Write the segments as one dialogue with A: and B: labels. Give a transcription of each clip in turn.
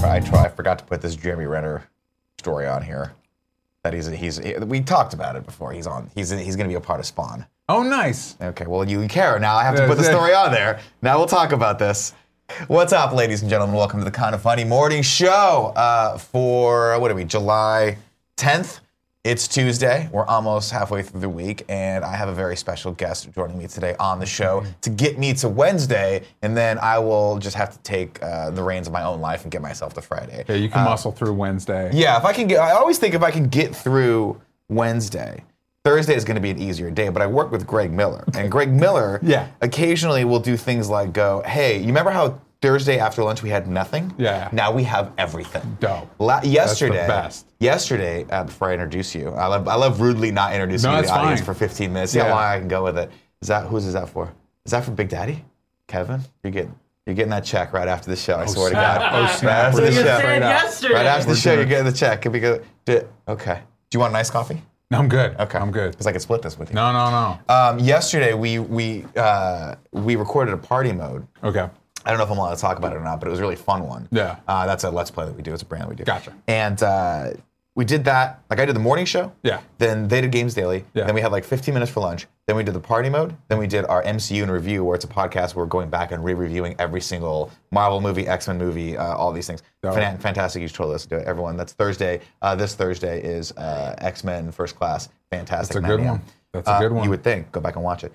A: forgot to put this Jeremy Renner story on here. That he's he's he- we talked about it before. He's on. He's he's going to be a part of Spawn.
B: Oh, nice.
A: Okay, well, you care now. I have to
B: Yeah,
A: put the
B: yeah.
A: story on there. Now we'll talk about this. What's up, ladies and gentlemen? Welcome to the Kind of Funny Morning Show uh, for, what are we, July 10th? It's Tuesday. We're almost halfway through the week, and I have a very special guest joining me today on the show to get me to Wednesday, and then I will just have to take uh, the reins of my own life and get myself to Friday.
B: Yeah, you can muscle through Wednesday.
A: Yeah, if I can get, I always think if I can get through Wednesday, Thursday is going to be an easier day. But I work with Greg Miller, and Greg Miller,
B: Yeah.
A: occasionally will do things like go, "Hey, you remember how Thursday after lunch we had nothing?
B: Yeah.
A: now we have everything."
B: Dope.
A: La- yesterday,
B: best.
A: yesterday, uh, before I introduce you, I love, I love rudely not introducing
B: No,
A: you to the
B: it's
A: audience
B: fine.
A: for 15 minutes. See how
B: Yeah.
A: long I can go with it. Is that whose is that for? Is that for Big Daddy, Kevin? You're getting you're getting that check right after the show. I swear to God.
B: Oh,
A: Right
B: snap.
A: after
B: We're
A: the
B: doing
A: show.
B: it straight up.
A: Right after the show, you're getting the check. Can we go? Do, okay. Do you want an iced coffee?
B: No, I'm good. Okay. I'm good.
A: Because I could split this with you.
B: No, no, no.
A: Um, yesterday, we we uh, we recorded a party mode.
B: okay.
A: I don't know if I'm allowed to talk about it or not, but it was a really fun one.
B: Yeah.
A: Uh, that's a Let's Play that we do. It's a brand that we do.
B: Gotcha.
A: And uh, we did that. Like I did the morning show.
B: Yeah.
A: Then they did Games Daily.
B: Yeah.
A: Then we had like 15 minutes for lunch. Then we did the party mode. Then we did our MCU and review, where it's a podcast where we're going back and re-reviewing every single Marvel movie, X-Men movie, uh, all these things.
B: Dope.
A: Fan- fantastic. You should totally listen to it, everyone. That's Thursday. Uh, this Thursday is uh, X-Men First Class. Fantastic.
B: That's a good
A: 9 a.m.
B: one. That's a good one.
A: You would think. Go back and watch it.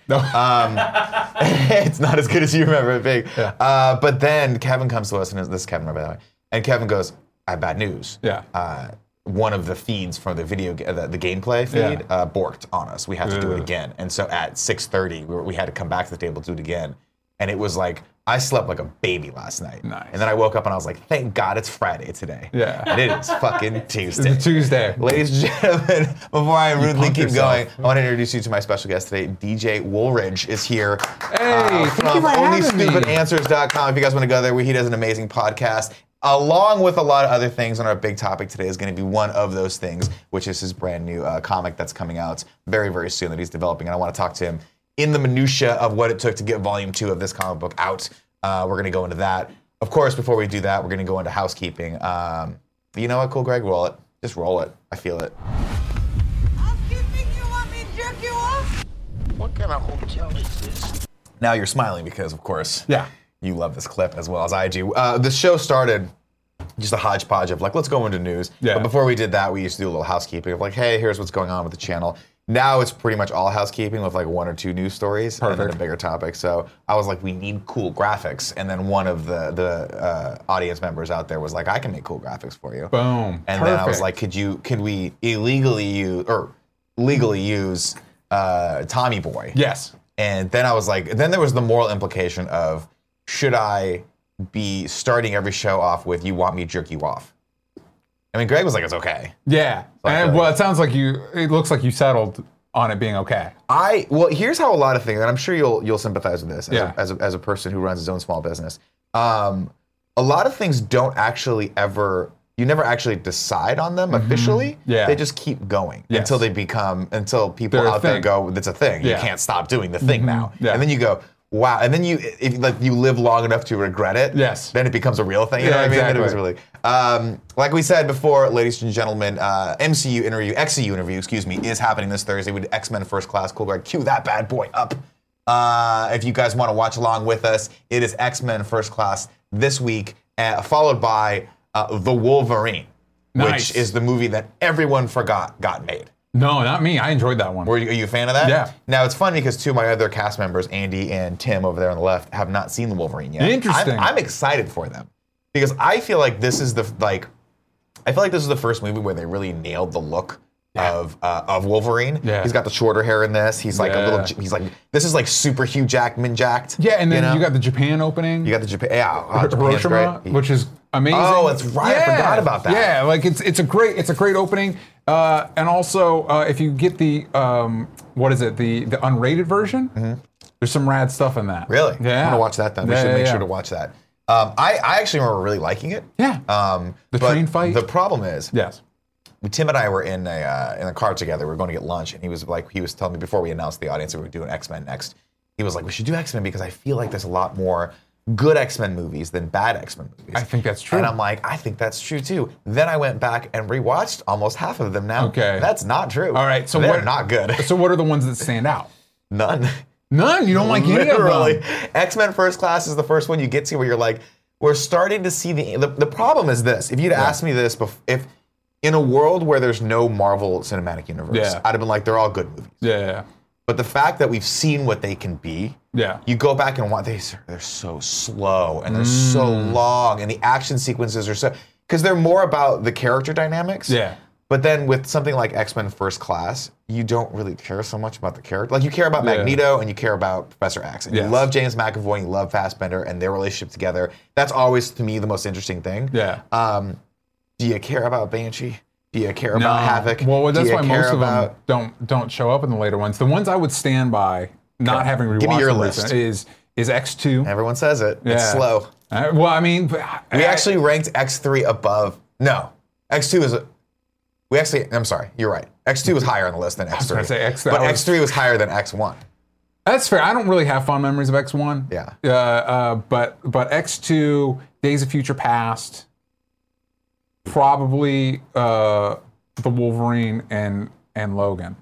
A: it's not as good as you remember it being. Uh, but then Kevin comes to us, and this is Kevin, by the way. And Kevin goes, "I have bad news."
B: Yeah.
A: Uh, one of the feeds from the video, ga- the, the gameplay feed,
B: Yeah.
A: uh, borked on us. We have to do it
B: Ugh.
A: again. And so at 6:30, we, were- we had to come back to the table to do it again. And it was like I slept like a baby last night.
B: Nice.
A: And then I woke up and I was like, "Thank God it's Friday today."
B: Yeah.
A: And it is fucking Tuesday.
B: It's a Tuesday.
A: Ladies and gentlemen, before I rudely
B: punked
A: keep
B: yourself.
A: going, I want to introduce you to my special guest today. DJ Woolridge is here.
B: Hey, thank you
A: Uh, from
B: for having me.
A: OnlyStupidAnswers.com. If you guys want to go there, where he does an amazing podcast. Along with a lot of other things, and our big topic today is going to be one of those things, which is his brand new uh, comic that's coming out very, very soon that he's developing. And I want to talk to him in the minutia of what it took to get volume two of this comic book out. Uh, we're going to go into that. Of course, before we do that, we're going to go into housekeeping. Um, you know what, cool, Greg? Roll it. Just roll it. I feel it.
C: Housekeeping, you want me to jerk you off?
D: What kind of hotel is this?
A: Now you're smiling because, of course,
B: Yeah.
A: you love this clip as well as I do. Uh, the show started just a hodgepodge of like, let's go into news.
B: Yeah.
A: But before we did that, we used to do a little housekeeping of like, hey, here's what's going on with the channel. Now it's pretty much all housekeeping with like one or two news stories and then
B: Perfect.
A: a bigger topic. So I was like, we need cool graphics. And then one of the the uh, audience members out there was like, I can make cool graphics for you.
B: Boom.
A: And then I was
B: Perfect.
A: like, could you could we illegally use or legally use uh, Tommy Boy?
B: yes.
A: And then I was like, then there was the moral implication of should I be starting every show off with "You want me to jerk you off"? I mean, Greg was like, "It's okay."
B: Yeah.
A: like
B: And,
A: a-
B: well, it sounds like you, it looks like you settled on it being okay.
A: I well, here's how a lot of things, and I'm sure you'll you'll sympathize with this as,
B: Yeah.
A: a, as, a, as a person who runs his own small business. Um, a lot of things don't actually ever you never actually decide on them officially.
B: Mm-hmm. Yeah.
A: they just keep going
B: Yes.
A: until they become until people
B: They're a
A: out there
B: thing.
A: go, "It's a thing. You
B: Yeah. Mm-hmm.
A: can't stop doing the thing now."
B: Yeah.
A: And then you go. Wow, and then you if like you live long enough to regret it,
B: Yes.
A: Then it becomes a real thing. You know
B: Yeah,
A: what I mean? Then it
B: exactly.
A: was really um, like we said before, ladies and gentlemen, uh, MCU interview, XCU interview, excuse me, is happening this Thursday with X Men First Class. Cool, Greg, cue that bad boy up. Uh, if you guys want to watch along with us, it is X Men First Class this week, uh, followed by uh, The Wolverine,
B: Nice.
A: which is the movie that everyone forgot got made.
B: No, not me. I enjoyed that one.
A: Were you, are you a fan of that?
B: Yeah.
A: Now it's funny because two of my other cast members, Andy and Tim over there on the left, have not seen the Wolverine yet.
B: Interesting.
A: I'm, I'm excited for them because I feel like this is the like, I feel like this is the first movie where they really nailed the look. Of uh, of Wolverine,
B: Yeah.
A: he's got the shorter hair in this. He's like a
B: Yeah.
A: little. He's like this is like super Hugh Jackman jacked.
B: yeah. And then
A: know?
B: you got the Japan opening.
A: you got the Japan. Yeah, uh,
B: Hi-
A: Japan's
B: Hiroshima,
A: great.
B: which is amazing.
A: Oh, that's right. I forgot about that.
B: Yeah, like it's it's a great it's a great opening. Uh, and also, uh, if you get the um, what is it the the unrated version, there's some rad stuff in that.
A: Mm-hmm. Really?
B: Yeah.
A: I'm gonna watch that then. We
B: Yeah,
A: should
B: yeah,
A: make
B: yeah.
A: sure to watch that. Um, I I actually remember really liking it.
B: Yeah.
A: Um,
B: The
A: but
B: train fight?
A: The problem is,
B: Yes.
A: Tim and I were in a uh, in a car together. We were going to get lunch, and he was like, he was telling me before we announced the audience that we were doing X Men next. He was like, we should do X Men because I feel like there's a lot more good X Men movies than bad X Men movies.
B: I think that's true.
A: And I'm like, I think that's true too. Then I went back and rewatched almost half of them now.
B: Okay.
A: That's not true.
B: All right, so
A: they're
B: what-
A: not good.
B: So what are the ones that stand out?
A: None.
B: None. You don't like any of
A: Literally,
B: them.
A: X Men First Class is the first one you get to where you're like, we're starting to see the the, the problem is this. If you'd asked me this before, if in a world where there's no Marvel Cinematic Universe,
B: Yeah.
A: I'd have been like, they're all good movies.
B: Yeah, yeah,
A: But the fact that we've seen what they can be,
B: yeah.
A: you go back and watch these. They're so slow and they're so
B: Mm.
A: long, and the action sequences are so because they're more about the character dynamics.
B: Yeah.
A: But then with something like X Men First Class, you don't really care so much about the character. Like you care about
B: Yeah.
A: Magneto and you care about Professor X, and you
B: Yes.
A: love James McAvoy, and you love Fassbender, and their relationship together. That's always to me the most interesting thing.
B: Yeah.
A: Um, do you care about Banshee? Do you care about
B: No.
A: Havoc?
B: Well,
A: Do
B: that's
A: you
B: why
A: care
B: most of
A: about-
B: them don't don't show up in the later ones. The ones I would stand by, not having rewatched
A: Give me your
B: them
A: list.
B: recent- is is X two. Uh,
A: Everyone says it. It's slow.
B: well, I mean, but
A: We
B: I-
A: actually ranked X3 above. No, X2 is. We actually. I'm sorry. You're right. X2 was higher on the list than X3.
B: gonna say X-
A: but
B: I was-
A: X3 was higher than X1.
B: that's fair. I don't really have fond memories of X one.
A: Yeah.
B: Uh, uh, but but X two, Days of Future Past, probably uh, the Wolverine and and Logan.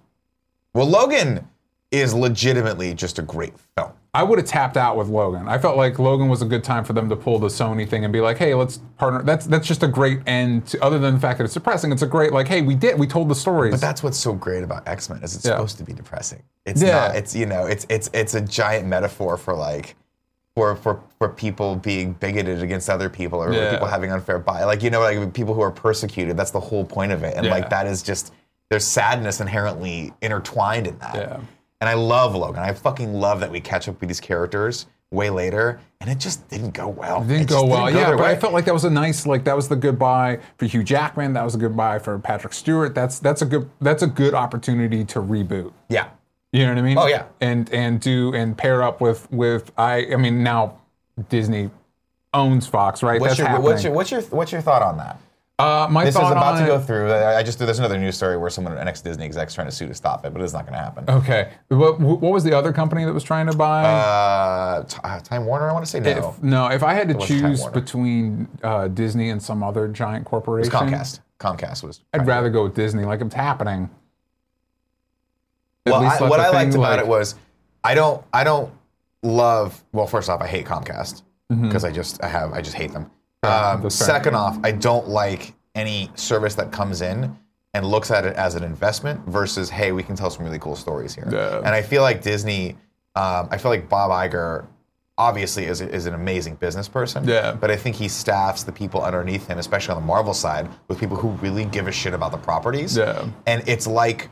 A: Well, Logan is legitimately just a great film.
B: I would have tapped out with Logan. I felt like Logan was a good time for them to pull the Sony thing and be like, "Hey, let's partner." That's that's just a great end. To, other than the fact that it's depressing, it's a great like, "Hey, we did, we told the stories."
A: But that's what's so great about X Men is it's
B: Yeah.
A: supposed to be depressing. It's
B: Yeah.
A: not. It's you know. It's it's it's a giant metaphor for like. For, for, for people being bigoted against other people or
B: Yeah.
A: people having unfair bias. Like, you know, like people who are persecuted, that's the whole point of it. And,
B: Yeah.
A: like, that is just, there's sadness inherently intertwined in that.
B: Yeah.
A: And I love Logan. I fucking love that we catch up with these characers way later, and it just didn't go well.
B: It didn't
A: It
B: go
A: just
B: well.
A: go
B: yeah,
A: their
B: but I
A: way.
B: felt like that was a nice like that was the goodbye for Hugh Jackman. That was a goodbye for Patrick Stewart. That's that's a good that's a good opportunity to reboot.
A: yeah,
B: You know what I mean?
A: Oh, yeah.
B: And and do and pair up with with I I mean now Disney owns Fox, right?
A: What's
B: that's
A: your,
B: happening.
A: what's your what's your what's your thought on that?
B: uh, my
A: This is
B: thought
A: about
B: on
A: to
B: it-
A: go through. I I just there's another news story where someone an ex Disney exec's trying to sue to stop it, but it's not going to happen.
B: Okay. What, what was the other company that was trying to buy?
A: Uh, T- uh, Time Warner, I want to say no.
B: if, no, if I had to
A: was Time
B: choose
A: Warner.
B: between uh, Disney and some other giant corporation,
A: Comcast. Comcast was.
B: I'd rather go with Disney. Like it's happening. At
A: Well,
B: least
A: I,
B: let
A: what
B: the
A: I
B: thing,
A: liked about
B: like-
A: it was, I don't, I don't love. Well, first off, I hate Comcast because I just, I have, I just hate them. Um,
B: Mm-hmm. that's fair.
A: second off, I don't like any service that comes in and looks at it as an investment versus, hey, we can tell some really cool stories here.
B: Yeah.
A: And I feel like Disney, um, I feel like Bob Iger. Obviously, is, is an amazing business person.
B: Yeah.
A: But I think he staffs the people underneath him, especially on the Marvel side, with people who really give a shit about the properties.
B: Yeah.
A: And it's like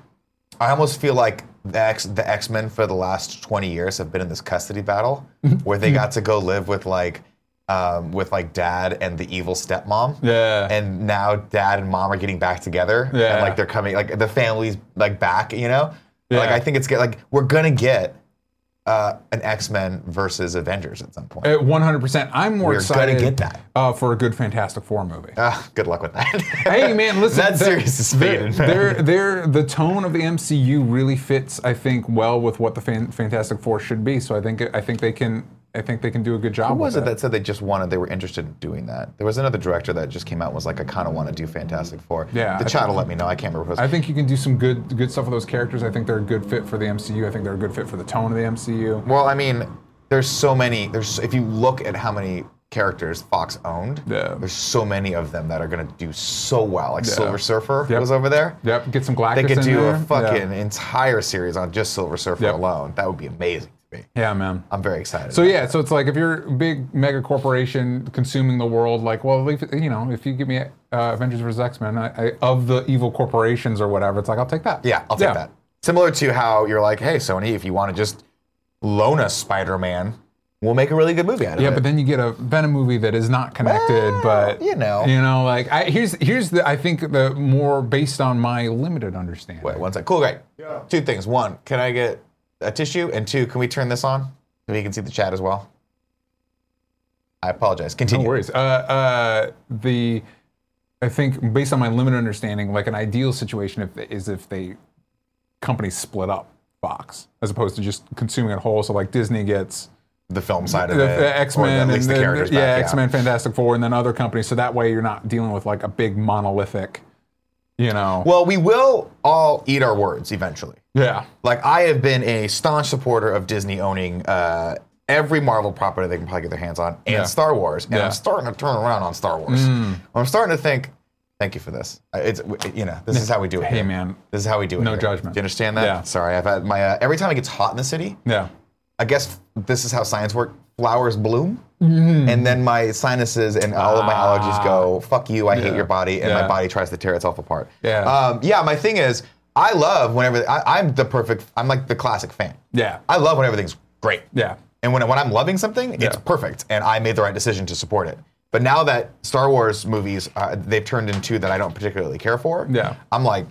A: I almost feel like the X the X Men for the last twenty years have been in this custody battle where they got to go live with like um, with like dad and the evil stepmom.
B: Yeah.
A: And now dad and mom are getting back together.
B: Yeah.
A: And like they're coming like the family's like back, you know? Like
B: Yeah.
A: I think it's get like we're gonna get uh, an X Men versus Avengers at some point.
B: At 100%. I'm more
A: We're gonna
B: excited
A: get that.
B: Uh, for a good Fantastic Four movie.
A: Ah, good luck with that.
B: hey man, listen.
A: That series is faded, man.
B: They're, they're, the tone of the MCU really fits, I think, well with what the fan, Fantastic Four should be. So I think I think they can I think they can do a good job.
A: Who was
B: with
A: it that said they just wanted, they were interested in doing that? There was another director that just came out and was like, I kind of want to do Fantastic Four.
B: Yeah,
A: The
B: I
A: chat will let me know. I can't remember.
B: I think you can do some good good stuff with those characters. I think they're a good fit for the MCU. I think they're a good fit for the tone of the MCU.
A: well, I mean, there's so many. There's If you look at how many characters Fox owned,
B: Yeah.
A: there's so many of them that are going to do so well. Like Silver Surfer
B: Yep.
A: was over there.
B: Yep, get some Galactus
A: They could
B: in
A: do
B: there.
A: a
B: Yeah.
A: fucking entire series on just Silver Surfer
B: Yep.
A: alone. That would be amazing to me.
B: yeah, man.
A: I'm very excited.
B: So
A: about
B: yeah, so it's like if you're a big mega corporation consuming the world, like well, if, you know, if you give me uh, Avengers vs X Men I, I, of the evil corporations or whatever, it's like I'll take that.
A: Yeah, I'll take that. Similar to how you're like, hey, Sony, if you want to just loan us Spider Man, we'll make a really good movie out of
B: Yeah,
A: it.
B: but then you get a Venom movie that is not connected,
A: Well,
B: but
A: you know.
B: you know, like I, here's here's the I think the more based on my limited understanding.
A: Wait, one sec. Cool, great. Two things. One, can I get a tissue? And two, can we turn this on so we can see the chat as well? I apologize.
B: No
A: Continue.
B: worries. Uh, uh, the I think based on my limited understanding, like an ideal situation if, is if they companies split up Fox as opposed to just consuming it whole. So like Disney gets
A: the film side of
B: the,
A: it,
B: the X Men,
A: or at least the,
B: and
A: characters.
B: yeah,
A: back,
B: X Men, Fantastic Four, and then other companies. So that way, you're not dealing with like a big monolithic, you know.
A: Well, we will all eat our words eventually.
B: yeah,
A: Like I have been a staunch supporter of Disney owning uh, every Marvel property they can probably get their hands on, and
B: Yeah.
A: Star Wars. And
B: Yeah. Mm.
A: I'm starting to turn around on Star Wars. I'm starting to think, thank you for this. I- It's w- you know this is how we do it.
B: Hey,
A: here.
B: man.
A: this is how we do it.
B: No
A: here.
B: judgment.
A: Do you understand that?
B: Yeah.
A: Sorry, I've had my uh, every time it gets hot in the city.
B: yeah.
A: I guess this is how science works. Flowers bloom, and then my sinuses and all of my allergies go. Fuck you! I hate
B: Ah. Yeah.
A: your body, and my
B: Yeah.
A: body tries to tear itself apart.
B: Yeah.
A: um, yeah. My thing is, I love whenever I, I'm the perfect. I'm like the classic fan.
B: Yeah.
A: I love when everything's great.
B: Yeah.
A: and when when I'm loving something, it's
B: Yeah.
A: perfect, and I made the right decision to support it. But now that Star Wars movies uh, they've turned into that I don't particularly care for,
B: Yeah.
A: I'm like,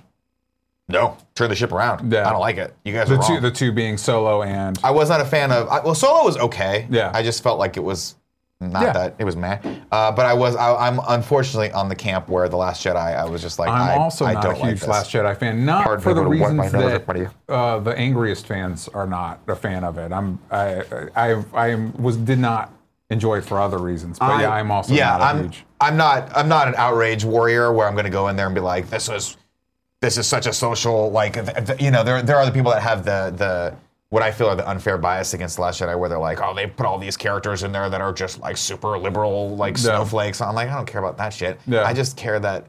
A: no, turn the ship around.
B: Yeah.
A: I don't like it. You guys
B: The
A: are wrong.
B: two, the two being Solo and
A: I was not a fan of. I, well, Solo was okay.
B: Yeah.
A: I just felt like it was not
B: Yeah.
A: that it was meh. Uh, but I was. I, I'm unfortunately on the camp where the Last Jedi. I was just like.
B: I'm
A: I,
B: also
A: I
B: not
A: don't
B: a huge
A: like this.
B: Last Jedi fan. Not
A: Hard
B: for
A: for
B: the
A: me to wipe my
B: reasons
A: nose
B: that
A: up on you.
B: uh, the angriest fans are not a fan of it. I'm I I, I was did not enjoy it for other reasons. But yeah, I'm also
A: yeah,
B: not a
A: I'm,
B: huge.
A: I'm not. I'm not an outrage warrior where I'm going to go in there and be like, this is, this is such a social like. th- th- you know, there there are the people that have the the. What I feel are the unfair bias against The Last Jedi, where they're like, "Oh, they put all these characters in there that are just like super liberal, like snowflakes." I'm like, I don't care about that shit.
B: Yeah.
A: I just care that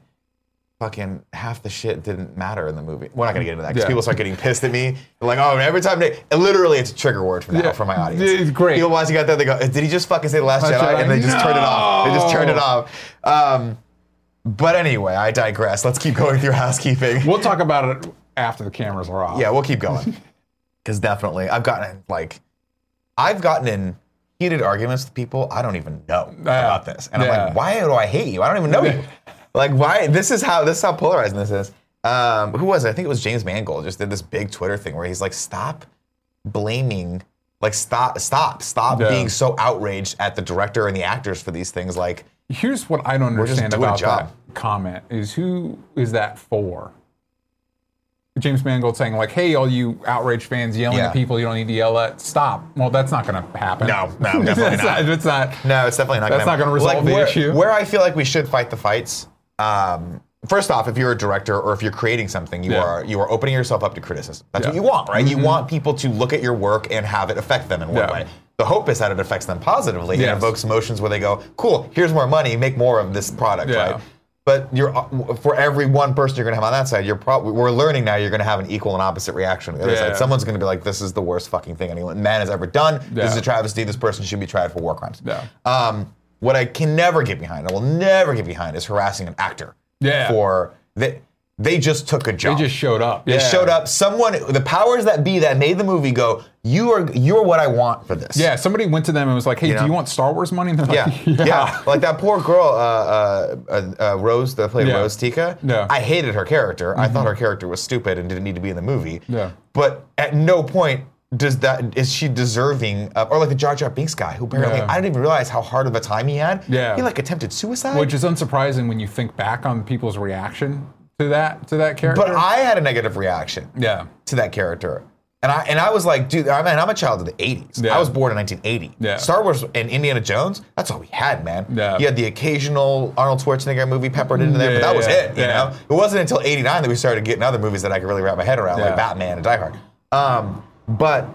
A: fucking half the shit didn't matter in the movie. We're not gonna get into that because
B: Yeah.
A: people start getting pissed at me. They're like, "Oh, every time they and literally, it's a trigger word for now
B: Yeah.
A: for my audience."
B: It's great.
A: People watching out there, they go, "Did he just fucking say the last?"
B: Last
A: Jedi,
B: Jedi.
A: and they just turned it off. They just turned it
B: No.
A: off. Um, but anyway, I digress. Let's keep going through housekeeping.
B: We'll talk about it after the cameras are off.
A: yeah, we'll keep going. Because definitely, I've gotten in, like, I've gotten in heated arguments with people I don't even know about this, and I'm
B: yeah.
A: like, why do I hate you? I don't even know you. Like, why? This is how this is how polarizing this is. Um, who was it? I think it was James Mangold. Just did this big Twitter thing where he's like, stop blaming. Like stop, stop, stop
B: Yeah.
A: being so outraged at the director and the actors for these things. Like
B: Here's what I don't
A: just
B: understand
A: doing a
B: about
A: job.
B: that comment is who is that for? James Mangold saying like, "Hey, all you outraged fans yelling
A: Yeah.
B: at people you don't need to yell at, stop." Well, that's not going to happen.
A: No, no, definitely
B: That's
A: not.
B: It's not.
A: No, it's definitely not.
B: That's
A: gonna
B: not gonna
A: happen.
B: resolve the
A: where,
B: issue.
A: Where I feel like we should fight the fights. Um, first off, if you're a director or if you're creating something, you
B: Yeah.
A: are you are opening yourself up to criticism. That's what
B: Yeah. Mm-hmm.
A: you want, right? You want people to look at your work and have it affect them in one
B: Yeah.
A: way. The hope is that it affects them positively
B: Yes.
A: and evokes emotions where they go, "Cool, here's more money, make more of this product."
B: Yeah.
A: Right. But you're uh, for every one person you're going to have on that side, you're probably we're learning now you're going to have an equal and opposite reaction on the other
B: Yeah.
A: side. Someone's going to be like, "This is the worst fucking thing anyone man has ever done. This is
B: Yeah.
A: a travesty. This person should be tried for war crimes."
B: Yeah.
A: Um, what I can never get behind, I will never get behind, is harassing an actor.
B: Yeah.
A: For they, they just took a
B: They
A: job.
B: just showed up.
A: They showed up. Someone, the powers that be that made the movie go, you are you're what I want for this.
B: Yeah, somebody went to them and was like, "Hey,
A: You know?
B: do you want Star Wars money?" And they're
A: Yeah,
B: like,
A: yeah, Like that poor girl, uh, uh, uh, uh, Rose, that played
B: Yeah.
A: Rose Tika.
B: Yeah.
A: I hated her character. I thought her character was stupid and didn't need to be in the movie.
B: Yeah.
A: But at no point does that is she deserving of, or like the Jar Jar Binks guy, who apparently
B: Yeah.
A: I didn't even realize how hard of a time he had.
B: Yeah.
A: He like attempted suicide.
B: Which is unsurprising when you think back on people's reaction to that to that character.
A: but I had a negative reaction
B: yeah,
A: to that character. And I and I was like, dude, I mean, I'm a child of the 80s.
B: Yeah.
A: I was born in 1980.
B: Yeah.
A: Star Wars and Indiana Jones, that's all we had, man.
B: Yeah.
A: You had the occasional Arnold Schwarzenegger movie peppered into there, but that
B: Yeah,
A: was
B: yeah,
A: it, you
B: yeah.
A: know? It wasn't until 89 that we started getting other movies that I could really wrap my head around,
B: Yeah.
A: like Batman and Die Hard. Um, but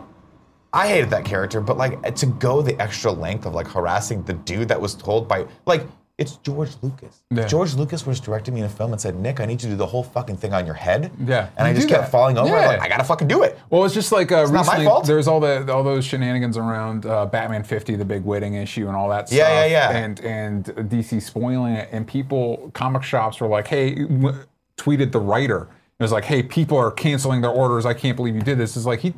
A: I hated that character, but like to go the extra length of like harassing the dude that was told by like it's George Lucas. If
B: Yeah.
A: George Lucas was directing me in a film and said, Nick, I need you to do the whole fucking thing on your head.
B: Yeah.
A: And I
B: You
A: just
B: do
A: kept
B: that.
A: falling over.
B: Yeah.
A: Like, I gotta fucking do it.
B: Well, it's just like uh,
A: not my
B: recently
A: fault.
B: there's all the all those shenanigans around uh, Batman 50, the big wedding issue, and all that
A: Yeah,
B: stuff.
A: yeah, yeah.
B: And and DC spoiling it, and people comic shops were like, hey, w- tweeted the writer. It was like, hey, people are canceling their orders. I can't believe you did this. It's like he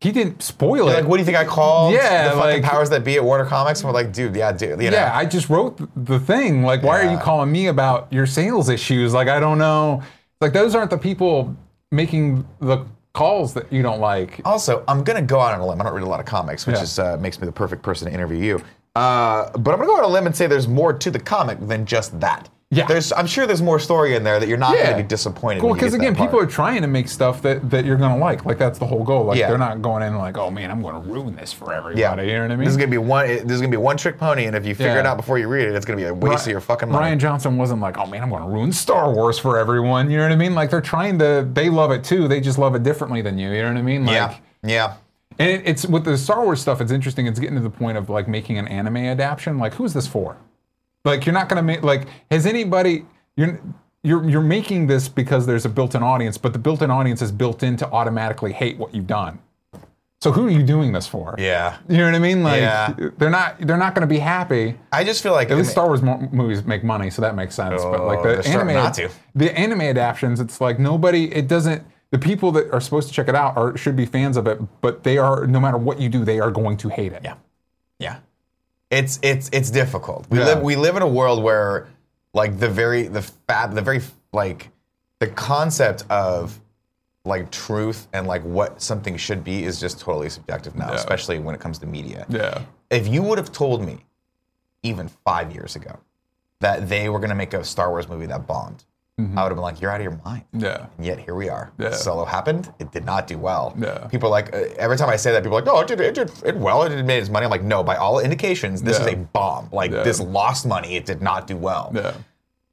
B: he didn't spoil it.
A: Like, what do you think I called
B: Yeah,
A: the fucking
B: like-
A: powers that be at Warner Comics? And we're like, dude, yeah, dude, you know.
B: yeah, I just wrote th- the thing. Like, why are you
A: Yeah.
B: calling me about your sales issues? Like, I don't know. Like, those aren't the people making the calls that you don't like.
A: Also, I'm gonna go out on a limb. I don't read a lot of comics, which
B: Yeah.
A: is uh, makes me the perfect person to interview you. Uh, but I'm gonna go out on a limb and say there's more to the comic than just that.
B: Yeah.
A: There's, I'm sure there's more story in there that you're not going to be disappointed.
B: Well,
A: when you
B: because
A: get to that
B: again, people
A: part.
B: are trying to make stuff that, that you're gonna like. Like that's the whole goal. Like
A: Yeah.
B: they're not going in like, oh man, I'm gonna ruin this for everybody. You know what I mean?
A: This is gonna be one. This is gonna be one trick pony, and if you figure
B: Yeah.
A: it out before you read it, it's gonna be a waste of your fucking money.
B: Ryan Johnson wasn't like, oh man, I'm going to ruin Star Wars for everyone. You know what I mean? Like they're trying to, they love it too. They just love it differently than you. You know what I mean? Like,
A: yeah, yeah.
B: And it, it's with the Star Wars stuff. It's interesting. It's getting to the point of like making an anime adaptation. Like who's this for? Like you're not going to make like has anybody you're. You're, you're making this because there's a built-in audience, but the built-in audience is built in to automatically hate what you've done. So who are you doing this for?
A: Yeah.
B: You know what I mean? Like
A: Yeah.
B: they're not they're not going to be happy
A: I just feel like
B: at least Star Wars mo- movies make money, so that makes sense. but like
A: Oh, they're
B: the
A: starting
B: anime,
A: not to.
B: the anime adaptions, it's like nobody. It doesn't. The people that are supposed to check it out are should be fans of it, but they are. No matter what you do, they are going to hate it.
A: Yeah. Yeah. It's it's it's difficult. We
B: Yeah.
A: live we live in a world where like the very the fab the very like the concept of like truth and like what something should be is just totally subjective now,
B: Yeah.
A: especially when it comes to media.
B: Yeah.
A: If you would have told me even 5 years ago that they were going to make a Star Wars movie that bombed,
B: Mm-hmm.
A: I would have been like you're out of your mind.
B: Yeah.
A: And yet here we are.
B: Yeah.
A: Solo happened. It did not do well.
B: Yeah.
A: People are like uh, every time I say that, people are like, "No, it did, it did it well. It did made its money." I'm like, "No, by all indications, this
B: Yeah.
A: is a bomb. Like
B: Yeah.
A: this lost money. It did not do well.
B: Yeah.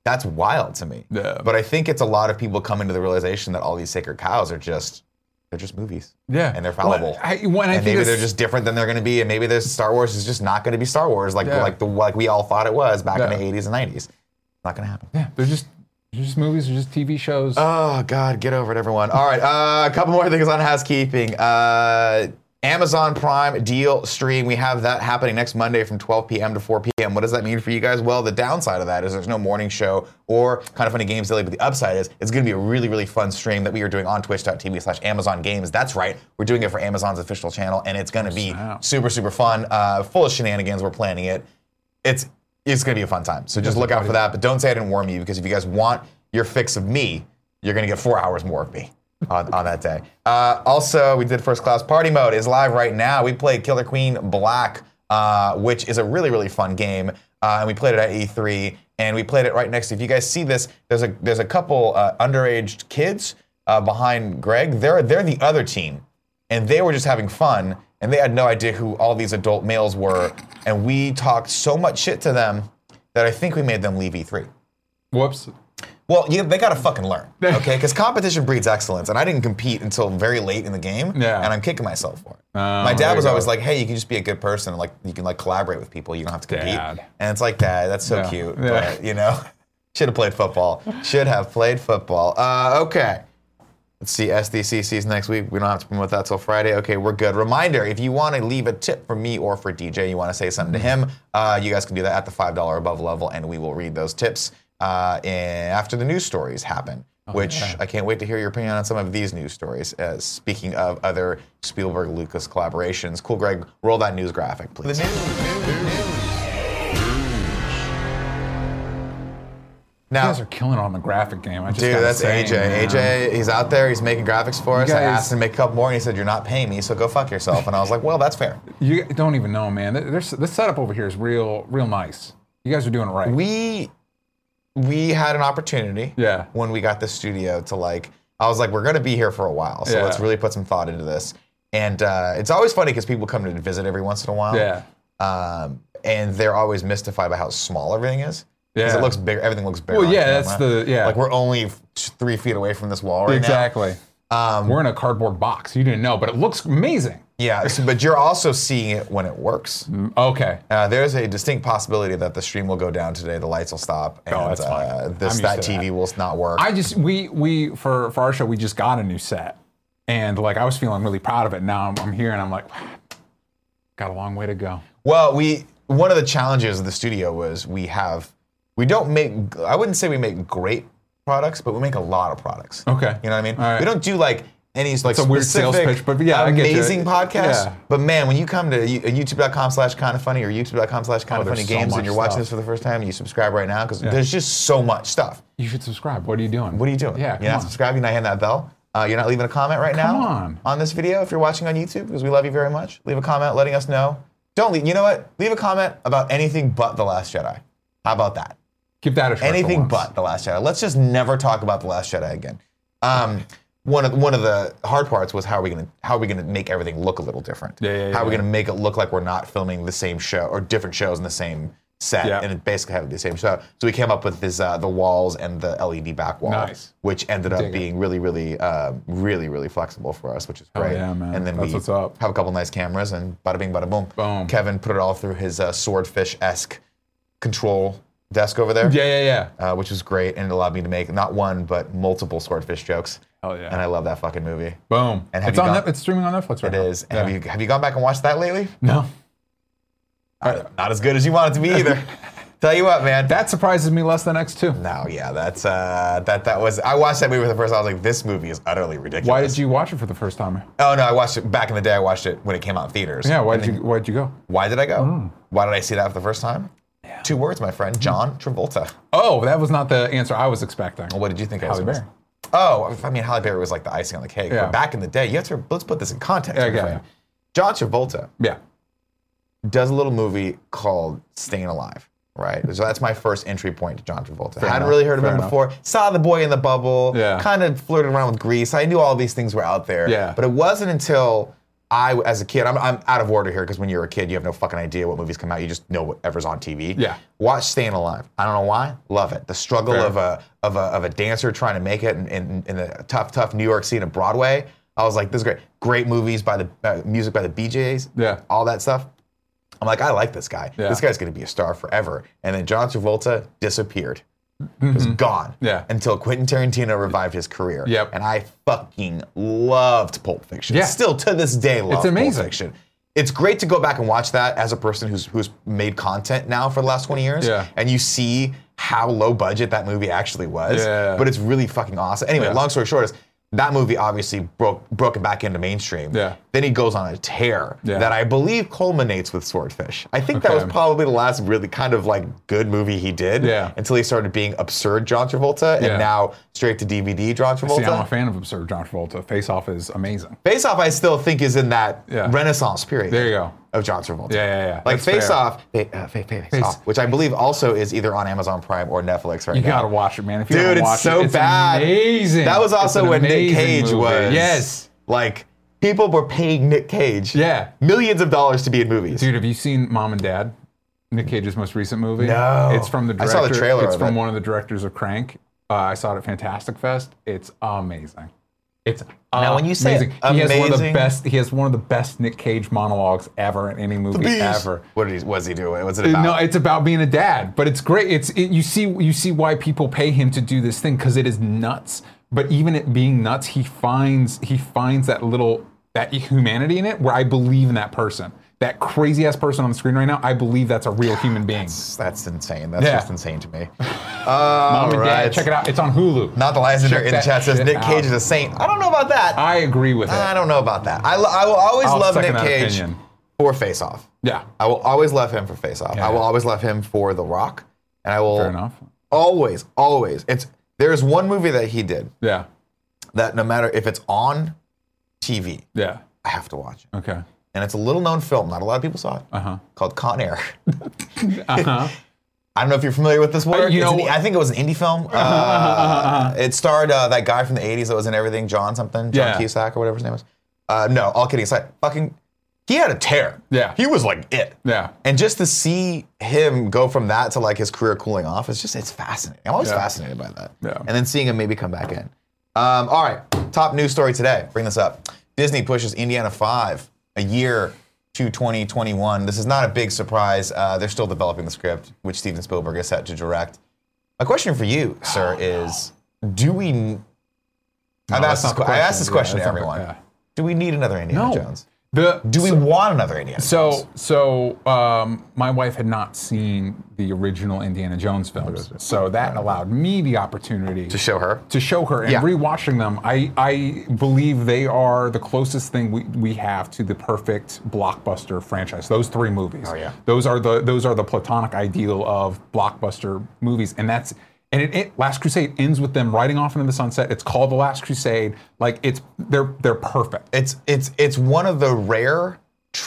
A: That's wild to me.
B: Yeah.
A: But I think it's a lot of people coming to the realization that all these sacred cows are just they're just movies.
B: Yeah.
A: and they're fallible.
B: Well, I, when I
A: and
B: think
A: maybe they're
B: it's-
A: just different than they're going to be, and maybe this Star Wars is just not going to be Star Wars like
B: Yeah.
A: like the like we all thought it was back
B: Yeah.
A: in the 80s and 90s. Not going to happen.
B: yeah, they're just they're just movies, they're just TV shows.
A: Oh God, get over it, everyone. All right, uh, a couple more things on housekeeping. Uh, Amazon Prime deal stream. We have that happening next Monday from 12 p.m. to 4 p.m. What does that mean for you guys? Well, the downside of that is there's no morning show or kind of funny games daily, but the upside is it's going to be a really, really fun stream that we are doing on twitch.tv slash Amazon Games. That's right. We're doing it for Amazon's official channel, and it's going to be
B: snap.
A: super, super fun, uh, full of shenanigans. We're planning it. It's it's going to be a fun time. So just look out for that. But don't say I didn't warn you because if you guys want your fix of me, you're going to get four hours more of me on, on that day. Uh, also, we did first class party mode is live right now. We played Killer Queen Black, uh, which is a really really fun game, uh, and we played it at E3. And we played it right next. to If you guys see this, there's a there's a couple uh, underage kids uh, behind Greg. They're they're the other team and they were just having fun and they had no idea who all these adult males were and we talked so much shit to them that i think we made them leave e3
B: Whoops.
A: well you, they gotta fucking learn okay because competition breeds excellence and i didn't compete until very late in the game
B: Yeah.
A: and i'm kicking myself for it
B: Oh,
A: my
B: there
A: dad
B: you
A: was
B: go.
A: always like hey you can just be a good person and like you can like collaborate with people you don't have to compete
B: Dad.
A: and it's like dad that's so
B: Yeah.
A: cute
B: Yeah.
A: but you know should have played football should have played football uh, okay Let's see, SDCC's next week. We don't have to promote that till Friday. Okay, we're good. Reminder if you want to leave a tip for me or for DJ, you want to say something to him, uh, you guys can do that at the $5 above level, and we will read those tips uh, in, after the news stories happen, which I can't wait to hear your opinion on some of these news stories. Uh, speaking of other Spielberg Lucas collaborations, cool, Greg, roll that news graphic, please.
B: You
A: Now,
B: guys are killing it on the graphic game. I just
A: Dude,
B: gotta
A: that's
B: say,
A: AJ.
B: man.
A: AJ, he's out there. He's making graphics for us. I
B: guys-
A: asked him to make a couple more, and he said, "You're not paying me, so go fuck yourself." And I was like, "Well, that's fair."
B: You don't even know, man. Th- There's, this setup over here is real, real nice. You guys are doing it right.
A: We we had an opportunity.
B: Yeah.
A: When we got the studio to like, I was like, "We're gonna be here for a while, so
B: Yeah.
A: let's really put some thought into this." And uh, it's always funny because people come to visit every once in a while.
B: yeah.
A: Um, and they're always mystified by how small everything is. Because
B: Yeah.
A: it looks bigger. Everything looks bigger.
B: Well,
A: on
B: yeah, that's
A: camera.
B: the- yeah.
A: Like we're only f- three feet away from this wall right now. Um,
B: exactly. We're in a cardboard box. You didn't know, but it looks amazing.
A: Yeah, so- but you're also seeing it when it works.
B: Okay.
A: Uh, there's a distinct possibility that the stream will go down today. The lights will stop, and
B: Oh, that's fine.
A: uh,
B: I'm
A: this
B: used
A: that
B: to that.
A: TV will not work.
B: I just we we for for our show we just got a new set, and like I was feeling really proud of it. Now I'm, I'm here and I'm like, got a long way to go.
A: well, we one of the challenges of the studio was we have we don't make I wouldn't say we make great products, but we make a lot of products.
B: Okay.
A: you know what I mean.
B: All right.
A: We don't do like any like
B: a weird
A: specific
B: sales pitch, but yeah, I get you.
A: amazing podcasts.
B: Yeah.
A: But man, when you come to you- uh, YouTube.com/slash kind of funny or YouTube.com/slash kind of
B: Oh, there's
A: funny
B: so
A: games,
B: much
A: and you're watching
B: stuff.
A: this for the first time, and you subscribe right now because there's just so much stuff.
B: You should subscribe. What are you doing?
A: What are you doing?
B: Yeah, come
A: you're not
B: on.
A: subscribing. You're not hitting that bell. Uh, you're not leaving a comment right now
B: Come on.
A: this video if you're watching on YouTube because we love you very much. Leave a comment letting us know. Don't leave. You know what? Leave a comment about anything but the Last Jedi. How about that?
B: Keep that aside.
A: anything but the Last Jedi. Let's just never talk about the Last Jedi again. Um, one of one of the hard parts was how are we gonna how are we gonna make everything look a little different?
B: Yeah, yeah, yeah,
A: how are we gonna make it look like we're not filming the same show or different shows in the same set
B: Yeah.
A: and it basically have the same show? So we came up with this uh, the walls and the LED back wall,
B: Nice.
A: which ended up
B: Dig it.
A: being really really uh, really really flexible for us, which is great.
B: yeah, man.
A: And then
B: That's
A: we
B: what's up.
A: have a couple nice cameras and bada bing bada boom.
B: Boom.
A: Kevin put it all through his uh, swordfish esque control desk over there
B: Yeah, yeah, yeah.
A: uh, which was great, and it allowed me to make not one but multiple swordfish jokes.
B: Hell Oh, yeah.
A: And I love that fucking movie.
B: Boom.
A: And have
B: it's
A: you
B: on.
A: gone-
B: Net- it's streaming on Netflix right
A: It
B: now.
A: is. And
B: Yeah.
A: Have you have you gone back and watched that lately?
B: no. Uh,
A: Not as good as you want it to be either. Tell you what, man.
B: That surprises me less than X2.
A: no, yeah, that's uh, that that was. I watched that movie for the first. time. I was like, this movie is utterly ridiculous.
B: Why did you watch it for the first time?
A: Oh no, I watched it back in the day. I watched it when it came out in theaters.
B: Yeah, Mm. why did you why did you go?
A: Why did I go? Why did I see that for the first time? Two words, my
B: Mm.
A: friend. John Travolta.
B: Oh, that was not the answer I was expecting.
A: What did you think? I was
B: Halle
A: gonna
B: Berry.
A: say? Oh, I mean, Halle Berry was like the icing on the cake.
B: Yeah.
A: But back in the day, you have to let's put this in context.
B: Yeah,
A: my
B: yeah,
A: friend. John Travolta
B: Yeah.
A: does a little movie called Staying Alive, right? So that's my first entry point to John Travolta. I hadn't
B: enough,
A: really heard of
B: fair
A: him
B: enough.
A: before. Saw The Boy in the Bubble,
B: Yeah.
A: kind of flirted around with Grease. I knew all these things were out there.
B: Yeah.
A: But it wasn't until I, as a kid, I'm, I'm out of order here because when you're a kid, you have no fucking idea what movies come out. You just know whatever's on TV.
B: Yeah.
A: Watch Staying Alive. I don't know why. Love it. The struggle
B: Fair.
A: of a, of, a, of a dancer trying to make it in, in, in the tough, tough New York scene of Broadway. I was like, this is great. Great movies by the uh, music by the BJs.
B: Yeah.
A: All that stuff. I'm like, I like this guy.
B: Yeah.
A: This guy's going to be a star forever. And then John Travolta disappeared. He was gone.
B: Mm-hmm. Yeah.
A: Until Quentin Tarantino revived his career.
B: Yep.
A: And I fucking loved Pulp Fiction.
B: Yeah.
A: Still to this day love
B: amazing.
A: Pulp Fiction. It's great to go back and watch that as a person who's who's made content now for the last 20 years.
B: Yeah.
A: And you see how low budget that movie actually was.
B: Yeah.
A: But it's really fucking awesome. Anyway,
B: Yeah.
A: long story short is that movie obviously broke broke it back into mainstream.
B: Yeah.
A: Then he goes on a tear
B: Yeah.
A: that I believe culminates with Swordfish. I think that
B: Okay.
A: was probably the last really kind of like good movie he did
B: Yeah.
A: until he started being absurd John Travolta and
B: Yeah.
A: now straight to DVD John
B: See, I'm a
A: Travolta.
B: fan of absurd John Travolta. Face Off is amazing.
A: Face Off, I still think is in that
B: Yeah.
A: renaissance period
B: There you go.
A: of John Travolta.
B: Yeah, yeah, yeah.
A: Like
B: That's
A: Face
B: fair.
A: Off, fa- uh, fa- fa- Face Off, which I believe also is either on Amazon Prime or Netflix right
B: You
A: now.
B: gotta watch it, man. If you
A: Dude,
B: haven't watched
A: it's so
B: it, it's
A: bad.
B: Amazing.
A: That was
B: It's
A: also
B: an
A: when Nick
B: amazing
A: Cage
B: movie.
A: was.
B: Yes.
A: Like people were paying Nick Cage
B: Yeah.
A: millions of dollars to be in movies.
B: Dude, have you seen Mom and Dad? Nick Cage's most recent movie.
A: No.
B: It's from the
A: I
B: director.
A: saw the trailer
B: It's
A: of
B: from
A: it.
B: one of the directors of Crank. Uh, I saw it at Fantastic Fest. It's amazing. It's
A: Now, when you say
B: amazing. he has one of the
A: amazing-
B: best. He has one of the best Nick Cage monologues ever in any movie ever.
A: What did he, was he doing? What's it about?
B: Uh, No, it's about being a dad, but it's great. It's it, you see you see why people pay him to do this thing because it is nuts. But even it being nuts, he finds he finds that little that humanity in it where I believe in that person, that crazy ass person on the screen right now. I believe that's a real human being.
A: That's insane. That's
B: Yeah.
A: just insane to me.
B: Mom and
A: right.
B: Dad, check it out. It's on Hulu.
A: Not the last in
B: Check
A: the
B: that
A: chat says
B: shit
A: Nick Cage
B: out.
A: is a saint. I don't know about that. I,
B: I agree with it.
A: don't know about that. I, lo- I will always
B: I'll
A: love Nick
B: second that
A: Cage
B: opinion.
A: for Face Off.
B: yeah,
A: I will always love him for Face Off.
B: Yeah.
A: I will always love him for The Rock. And I will
B: fair enough.
A: always, always. It's there's one movie that he did
B: Yeah,
A: that no matter if it's on TV,
B: yeah.
A: I have to watch it.
B: Okay.
A: And it's a little known film. Not a lot of people saw it.
B: Uh huh.
A: Called Con Air.
B: Uh huh.
A: I don't know if you're familiar with this word.
B: Uh, you
A: It's an-
B: know- Uh-huh.
A: I think it was an indie film. Uh, It starred uh, that guy from the '80s that was in everything, John something, John
B: Yeah.
A: Cusack or whatever his name was. Uh, no, all kidding aside, fucking, he had a tear.
B: Yeah.
A: he was like it.
B: yeah.
A: And just to see him go from that to like his career cooling off, it's just it's fascinating. I'm always
B: Yeah.
A: fascinated by that.
B: Yeah.
A: And then seeing him maybe come back in. Um, all right, top news story today. Bring this up. Disney pushes Indiana Five a year to 2021. This is not a big surprise. Uh, they're still developing the script, which Steven Spielberg is set to direct. My question for you,
B: Oh,
A: sir, is: Do we? I've
B: that's
A: asked this.
B: not the
A: que- I asked
B: question.
A: this
B: Yeah,
A: question
B: that's
A: to
B: not the-
A: everyone.
B: yeah.
A: Do we need another Indiana
B: No.
A: Jones?
B: The
A: Do we want another Indiana Jones?
B: So, so um, my wife had not seen the original Indiana Jones films, so that allowed me the opportunity
A: to show her.
B: to show her. And
A: Yeah.
B: rewatching them, I, I believe they are the closest thing we, we have to the perfect blockbuster franchise. Those three movies.
A: Oh, yeah.
B: Those are the those are the platonic ideal of blockbuster movies, and that's and it, it Last Crusade ends with them riding off into the sunset. It's called The Last Crusade. Like it's they're they're perfect.
A: it's it's it's one of the rare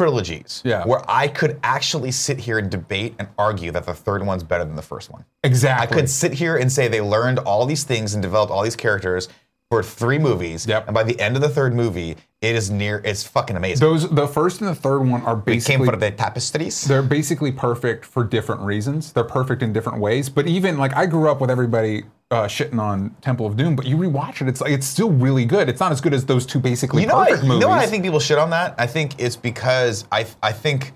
A: trilogies
B: Yeah.
A: where I could actually sit here and debate and argue that the third one's better than the first one. I
B: Exactly.
A: could sit here and say they learned all these things and developed all these characters for three movies.
B: Yep.
A: And by the end of the third movie, it is near, it's fucking amazing.
B: Those the first and the third one are
A: it came
B: basically
A: for the tapestries.
B: they're basically perfect for different reasons. They're perfect in different ways. But even like I grew up with everybody uh, shitting on Temple of Doom, but you rewatch it, it's like it's still really good. It's not as good as those two basically
A: you know,
B: perfect
A: what, you
B: movies.
A: know why I think people shit on that? I think it's because I I think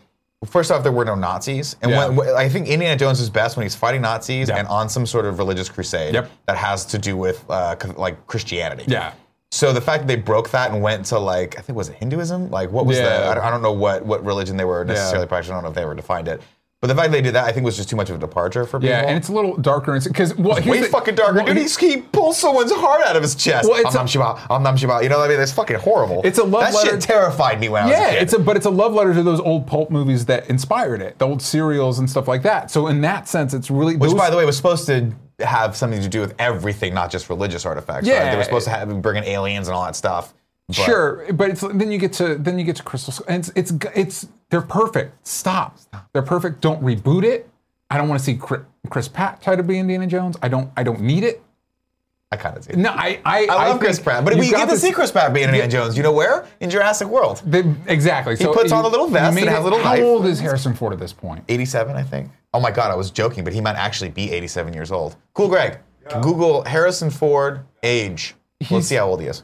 A: first off there were no Nazis, and
B: Yeah.
A: when, when- I think Indiana Jones is best when he's fighting Nazis
B: Yeah.
A: and on some sort of religious crusade
B: Yep.
A: that has to do with uh, c- like Christianity.
B: yeah.
A: So the fact that they broke that and went to like I think was it Hinduism? Like what was the
B: Yeah.
A: I don't, I don't know what what religion they were necessarily practicing. I don't know if they ever defined it. But the fact that they did that, I think, was just too much of a departure for people.
B: Yeah, and it's a little darker because well, here's
A: way
B: the-
A: fucking darker.
B: well,
A: Dude, he, he pulls someone's heart out of his chest.
B: Well,
A: Well,
B: it's
A: it's I'm
B: a-
A: Shiba. I'm Nam Shiba. You know what I mean? That's fucking horrible.
B: It's a love
A: that
B: letter-
A: shit terrified me when I was
B: Yeah,
A: a kid.
B: it's a but it's a love letter to those old pulp movies that inspired it, the old serials and stuff like that. So in that sense, it's really
A: Which,
B: those-
A: by the way, was supposed to have something to do with everything, not just religious artifacts. right?
B: Yeah.
A: They were supposed to have bring in aliens and all that stuff. But
B: sure, but it's then you get to then you get to Crystal Skull, and it's it's, it's they're perfect. Stop, they're perfect. Don't reboot it. I don't want to see Chris, Chris Pratt try to be Indiana Jones. I don't I don't need it.
A: I kind of do.
B: No, I I,
A: I love
B: think
A: Chris Pratt, but
B: you
A: we
B: got
A: get to see Chris Pratt being Indiana Jones. You know where? In Jurassic World.
B: They, exactly. He
A: puts on a little vest and has a little
B: How
A: knife.
B: old is Harrison Ford at this point?
A: 87, I think. Oh my God, I was joking, but he might actually be 87 years old. Cool, Greg. Google Harrison Ford age. Let's
B: He's-
A: see how old he is.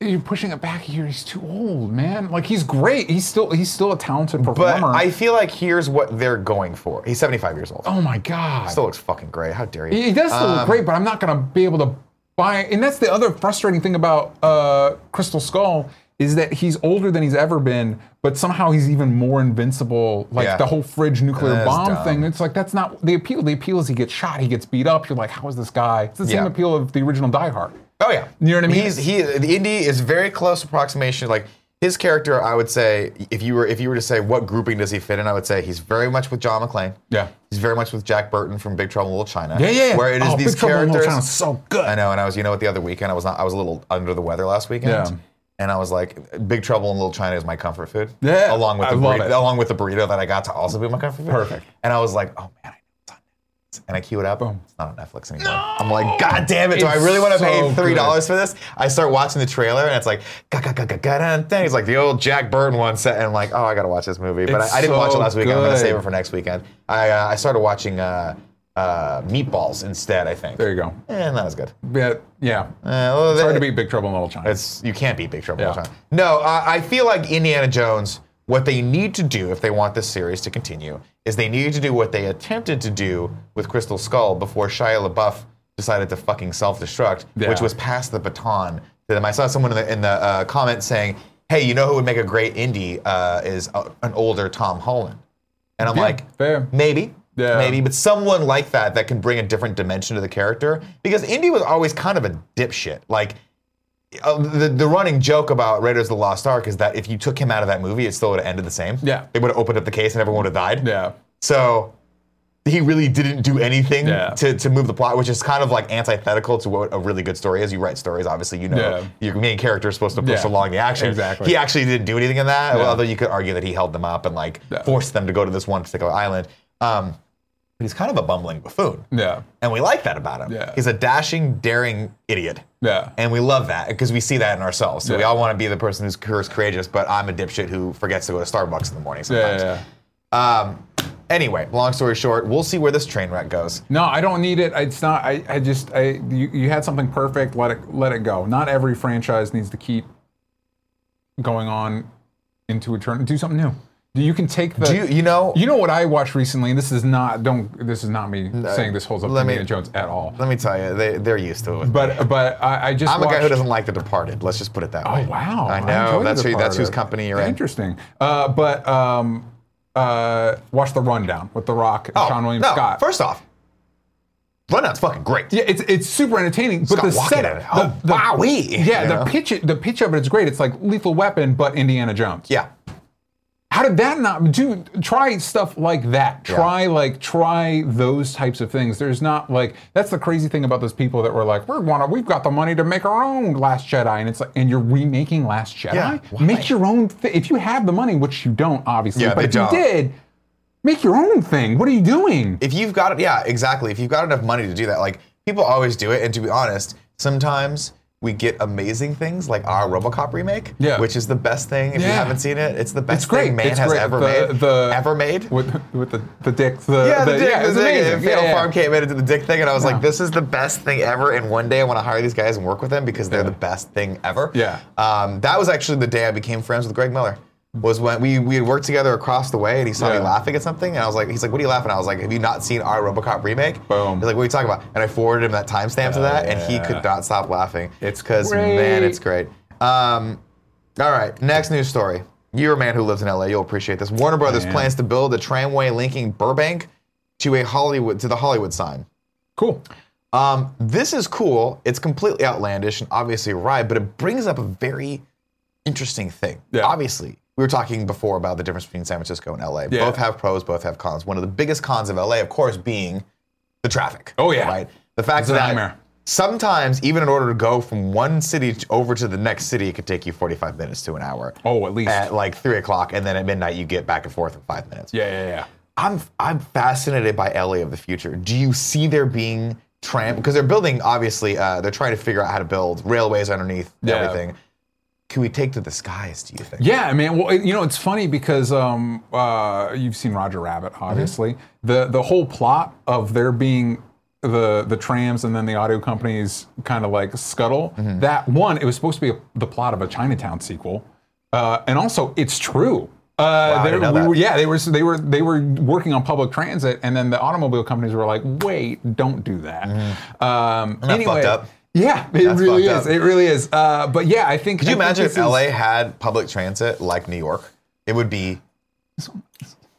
B: You're pushing it back here. He's too old, man. Like he's great. He's still he's still a talented
A: But
B: performer.
A: I feel like here's what they're going for. He's 75 years old.
B: oh my god.
A: Still looks fucking great. How dare you?
B: He does still look great, but I'm not gonna be able to buy. And that's the other frustrating thing about uh, Crystal Skull is that he's older than he's ever been, but somehow he's even more invincible. Like
A: Yeah.
B: the whole fridge nuclear
A: That's
B: bomb
A: dumb.
B: thing. It's like that's not the appeal. The appeal is he gets shot, he gets beat up. You're like, how is this guy? It's the same
A: Yeah.
B: appeal of the original Die Hard.
A: Oh yeah,
B: You know what I mean?
A: He's he. The indie is very close approximation. Like his character, I would say, if you were if you were to say what grouping does he fit in, I would say he's very much with John McClane.
B: Yeah.
A: he's very much with Jack Burton from Big Trouble in Little China.
B: Yeah, yeah.
A: Where it is
B: Oh,
A: these
B: Big Trouble in Little
A: characters.
B: China's so good.
A: I know, and I was you know what the other weekend I was not I was a little under the weather last weekend.
B: Yeah.
A: And I was like, Big Trouble in Little China is my comfort food.
B: Yeah,
A: along with
B: I
A: the
B: love
A: burrito,
B: it.
A: along with the burrito that I got to also be my comfort food.
B: Perfect.
A: And I was like, oh man, I and I queue it up. It's not on Netflix anymore. I'm like, God damn it! Do I
B: It's
A: really want to
B: so
A: pay three
B: good.
A: dollars for this? I start watching the trailer, and it's like, ga ga ga ga ga dun, dun. It's like the old Jack Burton one set, and I'm like, oh, I gotta watch this movie. But
B: It's
A: I, I didn't watch it
B: so
A: last weekend. I'm gonna
B: good.
A: save it for next weekend. I uh, I started watching uh, uh, Meatballs instead. I think.
B: There you go.
A: Eh, not as good.
B: Yeah, yeah.
A: Uh, well,
B: It's hard to
A: that-
B: beat Big Trouble in Little China.
A: It's you can't beat Big Trouble in
B: Yeah.
A: Little China. No, uh, I feel like Indiana Jones. What they need to do if they want this series to continue is they need to do what they attempted to do with Crystal Skull before Shia LaBeouf decided to fucking self-destruct,
B: Yeah.
A: which was pass the baton to them. I saw someone in the in the uh, comments saying, "Hey, you know who would make a great indie uh, is uh an older Tom Holland," and I'm
B: Yeah,
A: like,
B: fair.
A: Maybe.
B: Yeah.
A: Maybe, but someone like that that can bring a different dimension to the character. Because Indy was always kind of a dipshit. Like, uh, the, the running joke about Raiders of the Lost Ark is that if you took him out of that movie, it still would have ended the same.
B: Yeah.
A: They would have opened up the case and everyone would have died.
B: yeah.
A: So he really didn't do anything
B: Yeah.
A: to, to move the plot, which is kind of like antithetical to what a really good story is. You write stories, obviously, you know
B: Yeah.
A: your main character is supposed to push
B: Yeah.
A: along the action.
B: Exactly.
A: He actually didn't do anything in that,
B: Yeah.
A: although you could argue that he held them up and like
B: Yeah.
A: forced them to go to this one particular island. Um, but he's kind of a bumbling buffoon.
B: Yeah.
A: And we like that about him.
B: Yeah.
A: He's a dashing, daring idiot.
B: Yeah.
A: And we love that because we see that in ourselves. So we
B: Yeah.
A: all want to be the person who's who's courageous, but I'm a dipshit who forgets to go to Starbucks in the morning
B: Yeah,
A: sometimes.
B: yeah, yeah.
A: Um, anyway, long story short, we'll see where this train wreck goes.
B: No, I don't need it. It's not. I, I just. I. You, you had something perfect. Let it. Let it go. Not every franchise needs to keep going on into eternity. Do something new. You can take the.
A: Do you, you know?
B: You know what I watched recently, and this is not. Don't. This is not me saying this holds up to
A: let me-
B: Indiana Jones at all.
A: let me tell you, they they're used to it. with me.
B: But but I, I just.
A: I'm a guy who
B: watched-
A: doesn't like The Departed. Let's just put it that way.
B: Oh wow!
A: I know
B: enjoyed
A: that's
B: The
A: who, that's whose
B: Departed.
A: company you're in.
B: Interesting. Uh, but um, uh, watch the rundown with The Rock, and
A: Oh,
B: Sean William
A: no,
B: Scott.
A: First off, Rundown's fucking great.
B: Yeah, it's it's super entertaining, but
A: Scott
B: the
A: Walken
B: setup,
A: in it. Oh,
B: the, the,
A: wowee,
B: yeah,
A: you
B: the
A: know?
B: pitch, the pitch of it is great. It's like Lethal Weapon, but Indiana Jones.
A: Yeah.
B: How did that not do? Try stuff like that. Try like try those types of things. There's not like that's the crazy thing about those people that were like, we're wanna we've got the money to make our own Last Jedi, and it's like, and you're remaking Last Jedi.
A: Yeah, why?
B: make your own. Th- if you have the money, which you don't, obviously,
A: Yeah,
B: but
A: they
B: if
A: don't.
B: you did, make your own thing. What are you doing?
A: if you've got yeah exactly if you've got enough money to do that like people always do it and to be honest sometimes we get amazing things like our RoboCop remake,
B: Yeah.
A: which is the best thing. If you
B: Yeah.
A: haven't seen it, it's the best
B: It's great.
A: thing man
B: it's
A: has
B: great.
A: ever
B: the,
A: made.
B: The,
A: ever made?
B: with with the the dick. The,
A: Yeah, the, dick,
B: yeah,
A: the
B: it's
A: dick.
B: amazing.
A: and Fatal
B: Yeah, yeah.
A: Farm came in and did the dick thing, and I was
B: Yeah.
A: like, this is the best thing ever. And one day I want to hire these guys and work with them because they're
B: Yeah.
A: the best thing ever.
B: Yeah.
A: Um, that was actually the day I became friends with Greg Miller. Was when we we had worked together across the way, and he saw me
B: Yeah.
A: laughing at something, and I was like, he's like, what are you laughing? at? I was like, have you not seen our RoboCop remake?
B: Boom.
A: He's like, what are you talking about? And I forwarded him that timestamp to that, and he
B: yeah.
A: could not stop laughing.
B: It's
A: because man,
B: great.
A: it's great. Um, all right, next news story. You're a man who lives in LA. You'll appreciate this. Warner Brothers
B: Man.
A: plans to build a tramway linking Burbank to a Hollywood to the Hollywood sign.
B: Cool.
A: Um, this is cool. It's completely outlandish and obviously awry, but it brings up a very interesting thing.
B: Yeah.
A: Obviously, we were talking before about the difference between San Francisco and LA.
B: Yeah.
A: Both have pros, both have cons. One of the biggest cons of LA, of course, being the traffic.
B: Oh, yeah.
A: right. The fact
B: a
A: that
B: nightmare.
A: sometimes, even in order to go from one city t- over to the next city, it could take you 45 minutes to an hour
B: Oh, at least.
A: at like three o'clock, and then at midnight you get back and forth in five minutes.
B: yeah, yeah, yeah.
A: I'm I'm fascinated by LA of the future. Do you see there being tram because they're building obviously uh, they're trying to figure out how to build railways underneath
B: Yeah.
A: everything. Can we take to the skies? Do you think?
B: Yeah, man. Well, it- you know, it's funny because um, uh, you've seen Roger Rabbit,
A: Mm-hmm.
B: obviously. The the whole plot of there being the the trams and then the audio companies kind of like scuttle.
A: Mm-hmm.
B: That one, it was supposed to be the plot of a Chinatown sequel, uh, and also it's true. Uh,
A: I didn't
B: there-
A: know
B: we
A: that.
B: were- yeah, they were they were they were working on public transit, and then the automobile companies were like, "Wait, don't do that." Um,
A: Mm-hmm. that fucked up?
B: Yeah, it
A: That's
B: really
A: fucked
B: is.
A: up.
B: It really is. Uh, but yeah, I think.
A: Could you imagine if
B: this is-
A: LA had public transit like New York? It would be.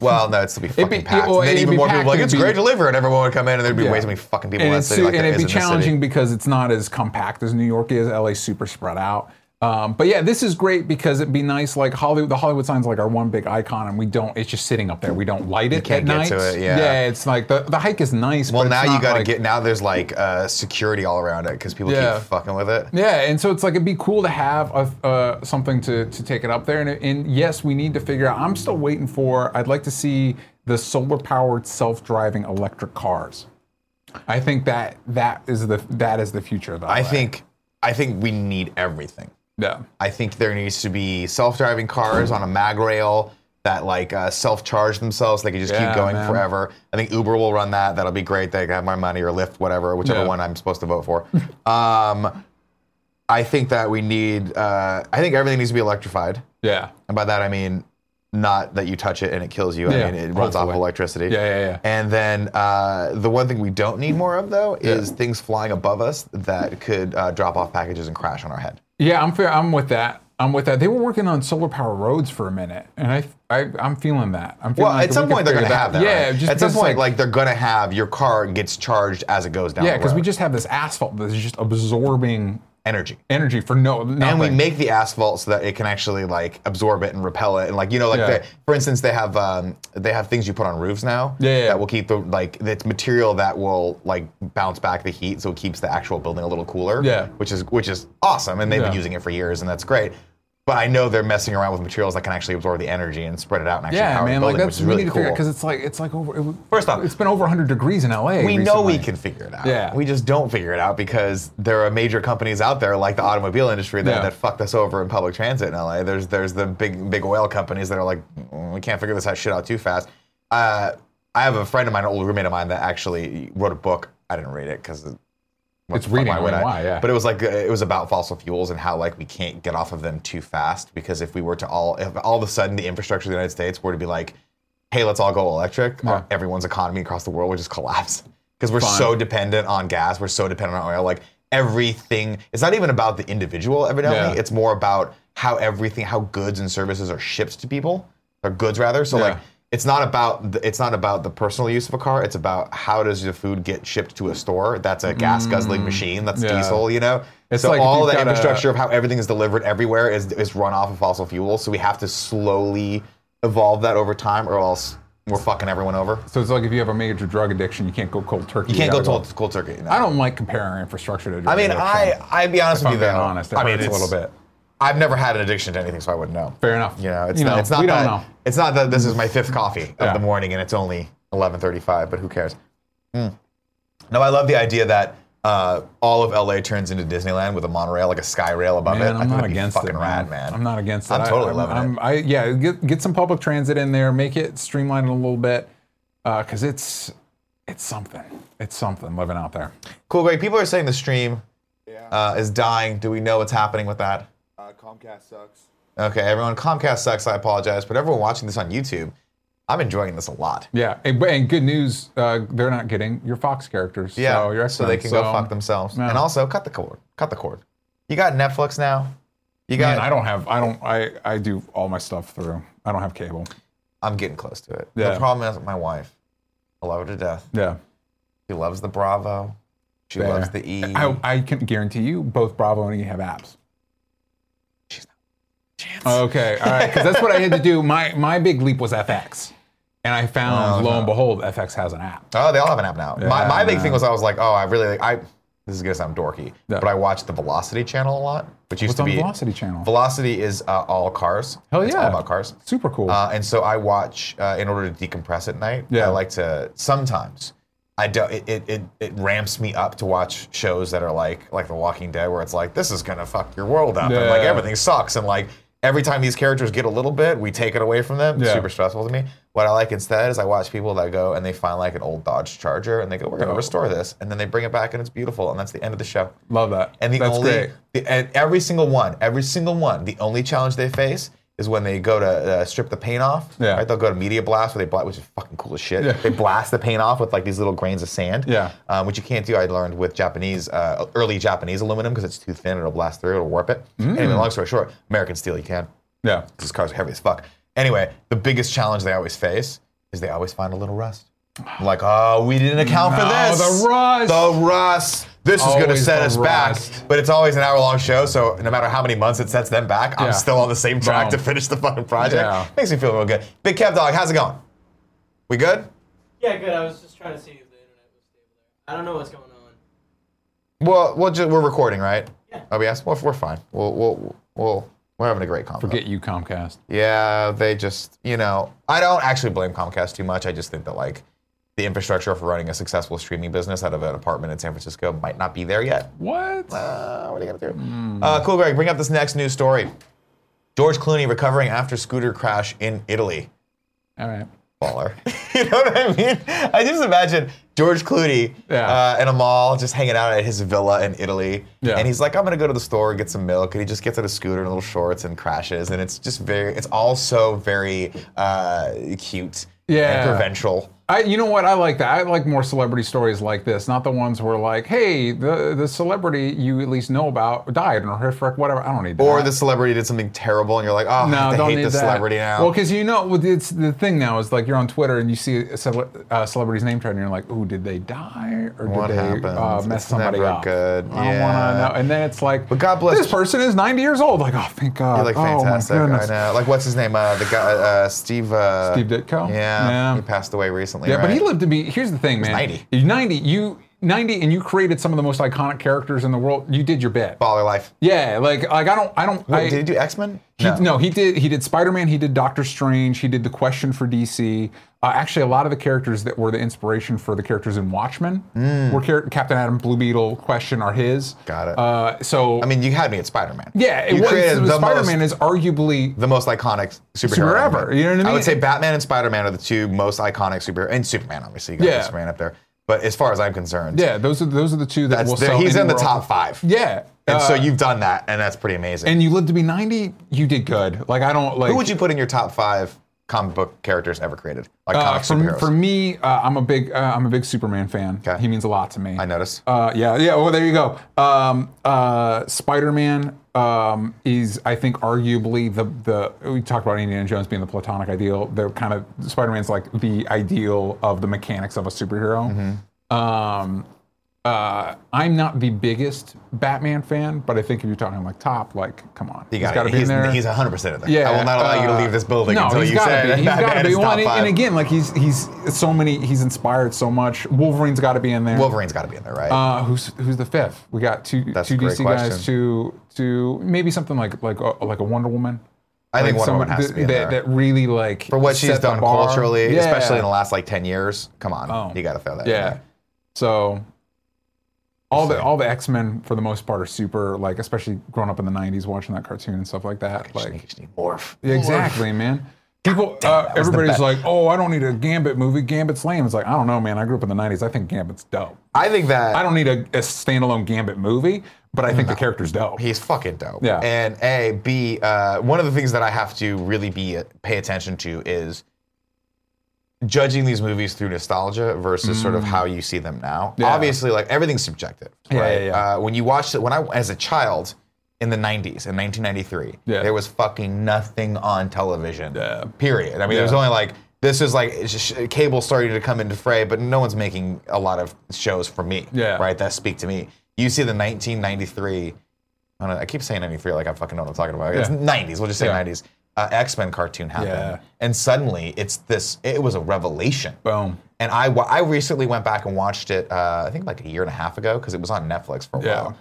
A: Well, no, it'd still be fucking
B: be-
A: packed.
B: well,
A: and then
B: it'd
A: even
B: be
A: more people
B: packed,
A: like
B: it'd
A: it's
B: be-
A: great delivery, and everyone would come in, and there'd be
B: Yeah.
A: way too many fucking people
B: and
A: in that
B: it's
A: city.
B: su-
A: like
B: and
A: there
B: it'd
A: is
B: be
A: in the city.
B: challenging because it's not as compact as New York is. LA's super spread out. Um, but yeah, this is great because it'd be nice. Like Hollywood, the Hollywood sign's like our one big icon, and we don't. It's just sitting up there. We don't light it
A: can't
B: at night.
A: get to it, yeah.
B: it's like the, the hike is nice.
A: Well,
B: but
A: now
B: it's
A: you
B: not,
A: got to
B: like-
A: get now. There's like uh, security all around it because people
B: Yeah.
A: keep fucking with it.
B: Yeah, and so it's like it'd be cool to have a, uh, something to, to take it up there. And, and yes, we need to figure out. I'm still waiting for. I'd like to see the solar powered self driving electric cars. I think that that is the that is the future of
A: I
B: LA.
A: think I think we need everything.
B: yeah.
A: I think there needs to be self-driving cars on a mag rail that like uh, self-charge themselves. They can just
B: Yeah,
A: keep going
B: man.
A: forever. I think Uber will run that. That'll be great. They can have my money or Lyft, whatever, whichever
B: Yeah.
A: one I'm supposed to vote for. um, I think that we need. Uh, I think everything needs to be electrified,
B: Yeah.
A: and by that I mean not that you touch it and it kills you.
B: Yeah,
A: I mean it runs off
B: hopefully.
A: electricity.
B: Yeah, yeah, yeah.
A: And then uh, the one thing we don't need more of though is things flying above us that could uh, drop off packages and crash on our head.
B: Yeah, I'm fair. I'm with that. I'm with that. They were working on solar power roads for a minute, and I, I I'm feeling that. I'm feeling
A: Well,
B: like
A: at some
B: we could
A: point they're
B: figure
A: going to have that.
B: Yeah,
A: right?
B: just
A: at some
B: because,
A: point, like, they're going to have your car gets charged as it goes down.
B: yeah, because
A: because
B: we just have this asphalt that's just absorbing
A: energy.
B: energy for no nothing.
A: And we make the asphalt so that it can actually like absorb it and repel it, and like you know, like
B: Yeah.
A: they, for instance, they have um, they have things you put on roofs now
B: Yeah, yeah, yeah.
A: that will keep the like it's material that will like bounce back the heat, so it keeps the actual building a little cooler.
B: Yeah.
A: which is which is awesome, and they've been
B: Yeah.
A: using it for years, and that's great. But I know they're messing around with materials that can actually absorb the energy and spread it out and actually
B: yeah,
A: power
B: man,
A: the
B: like
A: building,
B: that's
A: which is really
B: we need to
A: cool.
B: figure because it's like it's like over. It,
A: First off-
B: it's been over 100 degrees in LA.
A: We know we
B: recently.
A: can figure it out.
B: Yeah.
A: We just don't figure it out because there are major companies out there like the automobile industry that,
B: Yeah.
A: that fucked us over in public transit in LA. There's there's the big big oil companies that are like "Mm, we can't figure this out shit out too fast. Uh, I have a friend of mine, an old roommate of mine, that actually wrote a book. I didn't read it because
B: It's reading.
A: why would I?
B: Why? Yeah.
A: But it was like uh, it was about fossil fuels and how like we can't get off of them too fast because if we were to all if all of a sudden the infrastructure of the United States were to be like, hey, let's all go electric, our- everyone's economy across the world would just collapse because we're
B: Fine.
A: so dependent on gas, we're so dependent on oil, like everything. It's not even about the individual, evidently.
B: Yeah.
A: It's more about how everything, how goods and services are shipped to people, or goods rather. So
B: Yeah.
A: like. It's not about the, it's not about the personal use of a car. It's about how does the food get shipped to a store? That's a gas guzzling
B: Mm.
A: machine. That's
B: Yeah.
A: diesel, you know.
B: It's
A: so
B: like if
A: all
B: you've
A: that
B: got a-
A: infrastructure of how everything is delivered everywhere is is run off of fossil fuels. So we have to slowly evolve that over time, or else we're fucking everyone over.
B: So it's like if you have a major drug addiction, you can't go cold turkey.
A: You can't go
B: gotta
A: cold, cold turkey. You know?
B: I don't like comparing our infrastructure to. Drug
A: I mean, I
B: addiction.
A: I be honest
B: If
A: with
B: I'm
A: you
B: being
A: though.
B: honest, it
A: I mean,
B: hurts a
A: it's-
B: little bit.
A: I've never had an addiction to anything, so I wouldn't know.
B: Fair enough.
A: You know, it's not. it's not
B: we
A: that,
B: don't know.
A: It's not that this is my fifth coffee of
B: Yeah.
A: the morning, and it's only eleven thirty-five. But who cares? Mm. No, I love the idea that uh, all of LA turns into Disneyland with a monorail, like a sky rail above it.
B: Man,
A: I
B: I'm
A: think
B: not
A: it'd be
B: against
A: fucking
B: it, man.
A: rad, man.
B: I'm not against it.
A: I'm
B: I-
A: totally
B: I'm-
A: loving it.
B: I'm- I, yeah, get get some public transit in there, make it streamlined a little bit, because it's it's something. It's something living out there.
A: Cool, Greg. People are saying the stream uh, is dying. Do we know what's happening with that?
E: Uh, Comcast sucks.
A: Okay, everyone. Comcast sucks. I apologize, but everyone watching this on YouTube, I'm enjoying this a lot.
B: Yeah, and, and good news, uh, they're not getting your Fox characters.
A: Yeah,
B: so, you're
A: so they can go fuck themselves.
B: yeah.
A: And also, cut the cord. Cut the cord. You got Netflix now. You got.
B: Man, I don't have. I don't. I I do all my stuff through. I don't have cable.
A: I'm getting close to it.
B: Yeah.
A: The problem is my wife. I love her to death.
B: Yeah.
A: She loves the Bravo. She
B: Fair.
A: loves the E.
B: I, I can guarantee you both Bravo and E have apps. She's not Okay, all right, because that's what I had to do. My my big leap was FX, and I found lo and behold, FX has an app.
A: oh, they all have an app now. my
B: Yeah,
A: my big thing
B: man.
A: was I was like, oh, I really like. I this is gonna sound dorky,
B: Yeah.
A: but I watched the Velocity channel a lot, which used
B: It's
A: to
B: on
A: be
B: Velocity Channel.
A: Velocity is uh, all cars.
B: Hell
A: It's
B: yeah.
A: all about cars.
B: Super cool.
A: Uh, and so I watch uh, in order to decompress at night. I
B: Yeah.
A: like to sometimes. I don't. It, it, it, it ramps me up to watch shows that are like like The Walking Dead, where it's like this is gonna fuck your world up, and like
B: Yeah.
A: everything sucks, and like every time these characters get a little bit, we take it away from them.
B: Yeah.
A: Super stressful to me. What I like instead is I watch people that go and they find like an old Dodge Charger and they go, we're gonna
B: Dope.
A: restore this, and then they bring it back and it's beautiful, and that's the end of the show.
B: Love that.
A: And the
B: that's
A: only,
B: great.
A: the- and every single one, every single one, the only challenge they face is when they go to uh, strip the paint off.
B: Yeah.
A: Right? They'll go to media blast where they blast, which is fucking cool as shit.
B: Yeah.
A: They blast the paint off with like these little grains of sand.
B: Yeah.
A: Um, which you can't do. I learned with Japanese, uh, early Japanese aluminum because it's too thin. It'll blast through. It'll warp it.
B: Mm.
A: Anyway, long story short, American steel you can
B: Yeah.
A: because cars are heavy as fuck. Anyway, the biggest challenge they always face is they always find a little rust. Like, oh, we didn't account for
B: No,
A: this.
B: the rust.
A: The rust. This is going to
B: Always
A: set
B: the
A: us
B: rust.
A: back. But it's always an hour long show, so no matter how many months it sets them back,
B: Yeah.
A: I'm still on the same track
B: Boom.
A: to finish the fucking project.
B: Yeah.
A: Makes me feel real good. Big Kev Dog, how's it going? We good?
F: Yeah, good. I was just trying to see if the internet was stable there. I don't know what's going on.
A: Well, we'll ju- we're recording, right?
F: Yeah.
A: Oh, yes? Well, we're fine. We'll, we'll, we'll, we're having a great convo.
B: Forget you, Comcast.
A: Yeah, they just, you know, I don't actually blame Comcast too much. I just think that like the infrastructure for running a successful streaming business out of an apartment in San Francisco might not be there yet.
B: What?
A: Uh, what are you gonna do? Uh, cool, Greg. Bring up this next news story. George Clooney recovering after scooter crash in Italy.
B: All right.
A: Baller. you know what I mean? I just imagine George Clooney
B: Yeah.
A: uh, in a mall, just hanging out at his villa in Italy,
B: Yeah.
A: and he's like, "I'm gonna go to the store and get some milk," and he just gets on a scooter and little shorts and crashes, and it's just very, it's all so very uh, cute,
B: Yeah.
A: and provincial.
B: I, you know what? I like that. I like more celebrity stories like this, not the ones where like, hey, the the celebrity you at least know about died in a horrific whatever. I don't need that.
A: Or the celebrity did something terrible, and you're like, "Oh,
B: No,
A: I
B: don't
A: hate
B: need
A: this
B: that.
A: celebrity now."
B: Well, because you know, well, it's the thing now is like you're on Twitter and you see a cele- uh, celebrity's name trend, and you're like, "Ooh, did they die or did
A: What
B: they uh,
A: happens?
B: mess
A: It's
B: somebody
A: never
B: up?"
A: good.
B: I don't
A: Yeah.
B: want to know. And then it's like,
A: But God bless-
B: this person is 90 years old. Like, oh, thank God.
A: You're like
B: oh,
A: fantastic.
B: My
A: I
B: goodness.
A: know. Like what's his name? Uh, the guy, uh, Steve. Uh,
B: Steve Ditko?
A: Yeah,
B: Yeah.
A: he passed away recently.
B: Yeah, but he
A: right?
B: lived to be. Here's the thing, man.
A: 90.
B: You- 90. You 90, and you created some of the most iconic characters in the world. You did your bit.
A: baller life.
B: Yeah, like like I don't I don't.
A: Wait,
B: I,
A: did he do X Men?
B: He, no. he did. He did Spider Man. He did Doctor Strange. He did the Question for DC. Uh, actually, a lot of the characters that were the inspiration for the characters in Watchmen were char- Captain Adam, Blue Beetle, Question are his.
A: Mm. Got it.
B: Uh, so
A: I mean, you had me at Spider Man.
B: yeah, it
A: you
B: was,
A: created the
B: Spider Man
A: most,
B: is arguably
A: the most iconic superhero.
B: Superhero
A: ever.
B: ever, you know what I
A: I would
B: mean?
A: say Batman and Spider Man are the two most iconic superhero, and Superman obviously. You got
B: Yeah.
A: Superman up there. But as far as I'm concerned,
B: yeah. Those are those are the two that
A: that's
B: will
A: the-
B: sell.
A: he's in the
B: anywhere
A: top
B: else.
A: five.
B: Yeah.
A: And so
B: Uh,
A: you've done that, and that's pretty amazing.
B: and you lived to be ninety. You did good. Like I don't like.
A: Who would you put in your top five comic book characters ever created? Like
B: Uh,
A: comic
B: for,
A: superheroes.
B: for me, uh, I'm a big uh, I'm a big Superman fan.
A: Okay.
B: He means a lot to me.
A: I notice.
B: Uh, yeah, yeah. Well, there you go. Um, uh, Spider-Man um, is, I think, arguably the the we talked about Indiana Jones being the platonic ideal. They're kind of
A: Mm-hmm.
B: Spider-Man's like the ideal of the mechanics of a superhero. Um, uh, I'm not the biggest Batman fan, but I think if you're talking like top, like come on,
A: You got
B: gotta
A: it. He's, he's 100% in there.
B: yeah,
A: I will not allow you to
B: uh,
A: leave this building
B: no,
A: until
B: he's
A: you
B: gotta
A: say
B: be. He's
A: Batman
B: gotta be.
A: is
B: Well,
A: top
B: and,
A: five.
B: and again, like he's he's so many. He's inspired so much. Wolverine's got to be in there.
A: Wolverine's got to be in there, right?
B: Uh, who's who's the fifth? We got two
A: That's
B: two
A: a great
B: DC
A: question.
B: guys, two two maybe something like like a, like a Wonder Woman.
A: I think
B: like
A: Wonder
B: someone
A: Woman has to
B: that,
A: be in
B: that,
A: there.
B: that really like
A: For what she's done culturally, especially in the last like 10 years, come on.
B: Oh.
A: You got to throw that in
B: yeah.
A: there.
B: So all the all the X Men for the most part are super like especially growing up in the '90s watching that cartoon and stuff like that.
A: Just
B: Like
A: need- just need Morph.
B: Yeah, exactly, man. People, uh,
A: was the
B: everybody's
A: best.
B: like, "Oh, I don't need a Gambit movie. Gambit's lame." It's like, I don't know, man. I grew up in the '90s. I think Gambit's dope.
A: I think that
B: I don't need a, a standalone Gambit movie, but I think the character's dope.
A: He's fucking dope.
B: Yeah.
A: And A, B, uh, one of the things that I have to really be uh, pay attention to is judging these movies through nostalgia versus sort of how you see them now.
B: Mm. Yeah.
A: Obviously, like everything's subjective,
B: Yeah,
A: right?
B: yeah, yeah.
A: Uh, when you watched it, when I as a child in the 90s, in 1993,
B: Yeah.
A: there was fucking nothing on television.
B: Yeah.
A: Period. I mean, there was
B: Yeah.
A: only like this is like it's just- uh, cable starting to come into fray, but no one's making a lot of shows for me.
B: Yeah.
A: Right. That speak to me. You see the 1993. I, don't know, I keep saying 93 like I fucking know what I'm talking about. It's
B: Yeah.
A: 90s. We'll just say
B: Yeah.
A: 90s. Uh, X Men cartoon happened,
B: Yeah.
A: and suddenly it's this. It was a revelation.
B: Boom.
A: And I, wa- I recently went back and watched it. Uh, I think like a year and a half ago because it was on Netflix for a
B: Yeah.
A: while.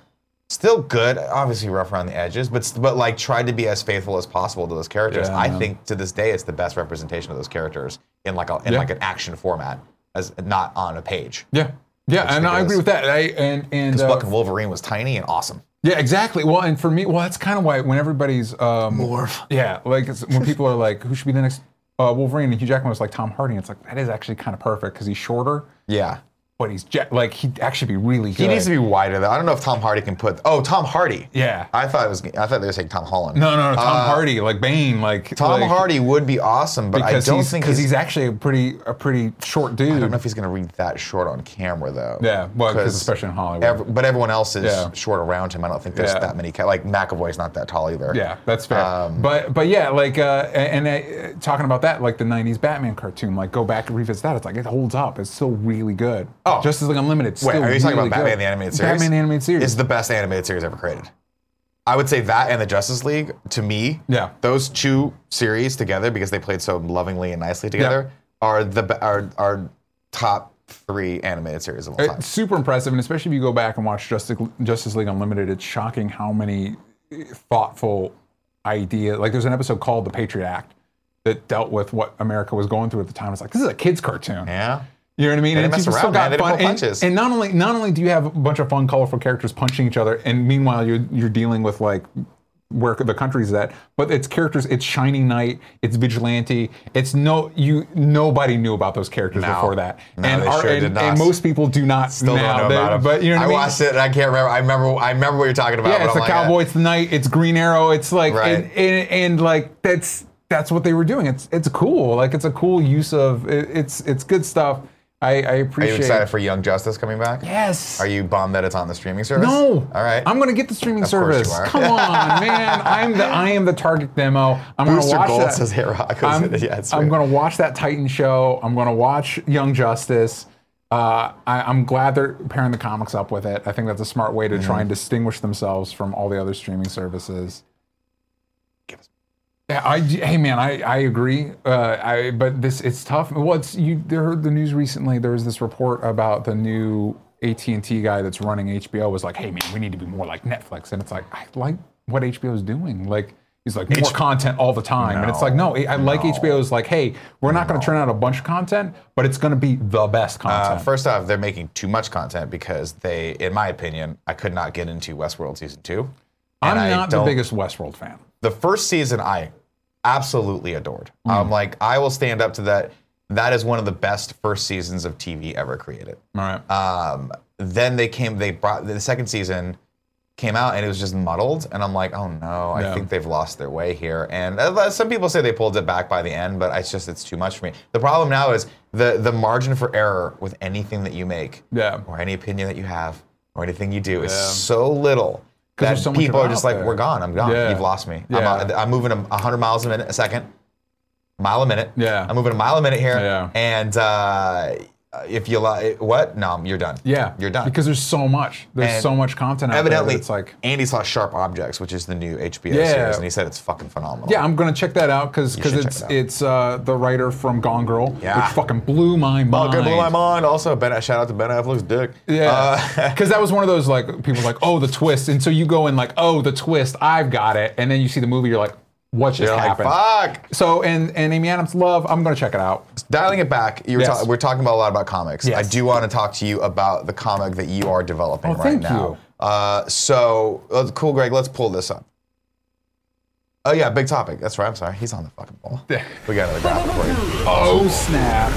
A: Still good, obviously rough around the edges, but s- but like tried to be as faithful as possible to those characters.
B: Yeah,
A: I
B: man.
A: think to this day it's the best representation of those characters in like a, in
B: Yeah.
A: like an action format as not on a page.
B: Yeah, yeah,
A: Which
B: and
A: I
B: I
A: guess-
B: agree with that. I, and and
A: Because
B: uh,
A: fucking Wolverine was tiny and awesome.
B: yeah, exactly. Well, and for me, well, that's kind of why when everybody's um, morph. Yeah, like it's, when people are like, "Who should be the next uh, Wolverine?" and Hugh Jackman was like Tom Hardy. and It's like that is actually kind of perfect because he's shorter,
A: Yeah.
B: but he's jet, like he'd actually be really good.
A: He needs to be wider though. I don't know if Tom Hardy can put. Oh, Tom Hardy.
B: Yeah.
A: I thought it was. I thought they were saying Tom Holland.
B: No, no, no. Tom
A: Uh,
B: Hardy, like Bane, like
A: Tom
B: like,
A: Hardy would be awesome, but I
B: because
A: don't
B: he's,
A: think
B: because he's, actually a pretty a pretty short dude.
A: I don't know if he's going to read that short on camera though.
B: yeah, well, because especially in Hollywood.
A: ev- but everyone else is
B: Yeah.
A: short around him. I don't think there's
B: Yeah.
A: that many. Ca- like McAvoy's not that tall either.
B: yeah, that's fair.
A: Um,
B: but but yeah, like uh, a- and uh, talking about that, like the '90s Batman cartoon, like go back and revisit that. It's like it holds up. It's still really good.
A: Oh.
B: Justice League Unlimited.
A: Wait,
B: still
A: are you talking
B: really
A: about Batman
B: good.
A: the animated series?
B: Batman the animated series.
A: is the best animated series ever created. I would say that and the Justice League to me.
B: Yeah.
A: Those two series together because they played so lovingly and nicely together are the be- are are top three animated series of all time.
B: It's Uh, super impressive, and especially if you go back and watch Justice Justice League Unlimited, it's shocking how many eh, thoughtful ideas. Like, there's an episode called "The Patriot Act" that dealt with what America was going through at the time. It's like this is a kids' cartoon.
A: yeah.
B: You know what I mean?
A: They didn't
B: And
A: mess
B: you've
A: around, man. They didn't
B: fun.
A: pull
B: and-
A: punches.
B: And, not only not only do you have a bunch of fun, colorful characters punching each other, and meanwhile you're you're dealing with like where the country's at, but it's characters. It's Shining Knight. It's Vigilante. It's no you. Nobody knew about those characters
A: No.
B: before that,
A: No,
B: and,
A: they sure
B: and,
A: did not.
B: and most people do not
A: Still
B: now.
A: don't know
B: They-
A: about him.
B: But you know what I
A: I
B: mean?
A: watched it and I can't remember. I remember I remember what you're talking about.
B: Yeah,
A: but
B: it's
A: I'm
B: the
A: like, eh.
B: Cowboy. It's the Knight. It's Green Arrow. It's like
A: Right.
B: and, and, and like that's that's what they were doing. It's it's cool. Like it's a cool use of it, it's it's good stuff. I, I
A: Are you
B: appreciate.
A: excited for Young Justice coming back?
B: yes.
A: Are you bummed that it's on the streaming service?
B: No.
A: All right.
B: I'm gonna get the streaming
A: course you
B: service.
A: are.
B: Come on, man. I'm the I am the target demo. I'm
A: Booster
B: gonna watch
A: Gold
B: that.
A: says Hit Rock.
B: I'm,
A: Yeah, it's
B: I'm
A: weird.
B: gonna watch that Titan show. I'm gonna watch Young Justice. Uh, I, I'm glad they're pairing the comics up with it. I think that's a smart way to try and distinguish themselves from all the other streaming services. Yeah, I, hey man, I, I agree. Uh, I but this it's tough. Well, it's you there heard the news recently. There was this report about the new AT and T guy that's running HBO was like, hey man, we need to be more like Netflix. And it's like I like what HBO is doing. Like he's like more content all the time. and it's like no, I I like HBO's like hey, we're not going to turn out a bunch of content, but it's going to be the best
A: Uh,
B: content.
A: first off, they're making too much content because they, in my opinion, I could not get into Westworld season two.
B: I'm
A: and I
B: not the
A: don't-
B: biggest Westworld fan.
A: The first season, I absolutely adored.
B: Mm.
A: I'm like, I will stand up to that. That is one of the best first seasons of TV ever created.
B: All right.
A: Um, then they came, they brought the second season came out and it was just muddled. And I'm like, oh no, I
B: Yeah.
A: think they've lost their way here. And uh, some people say they pulled it back by the end, but it's just, it's too much for me. The problem now is the, the margin for error with anything that you make
B: yeah.
A: or any opinion that you have or anything you do is
B: Yeah.
A: so little that
B: there's so much
A: people are
B: about
A: just like,
B: there.
A: we're gone. I'm gone.
B: Yeah.
A: You've lost me. I'm,
B: Yeah.
A: out- I'm moving a 100 miles a minute, a second, mile a minute.
B: Yeah.
A: I'm moving a mile a minute here.
B: Yeah.
A: And uh, uh, if you lie, what? No, you're done.
B: Yeah,
A: you're done.
B: because there's so much. There's
A: And
B: so much content. Out there that
A: evidently,
B: it's like
A: Andy saw Sharp Objects, which is the new HBO
B: Yeah.
A: series, and he said it's fucking phenomenal.
B: Yeah, I'm gonna check that out because
A: should check
B: it's
A: it out.
B: it's uh, the writer from Gone Girl,
A: Yeah.
B: which fucking blew my mind.
A: Fucking blew my mind. Also, Ben, shout out to Ben Affleck's dick. Uh,
B: Yeah, because that was one of those like people like oh the twist, and so you go in like oh the twist, I've got it, and then you see the movie, you're like what just
A: You're like,
B: happened?
A: fuck.
B: So and and Amy Adams love, I'm gonna check it out.
A: Dialing it back, you were
B: Yes.
A: ta- we're talking about a lot about comics. I
B: Yes.
A: do want to talk to you about the comic that you are developing
B: Oh,
A: right
B: thank
A: now.
B: you.
A: Uh, so, uh, cool, Greg. Let's pull this up. Oh yeah, big topic. That's right. I'm sorry. He's on the fucking ball. we got another graphic for you.
B: Oh snap!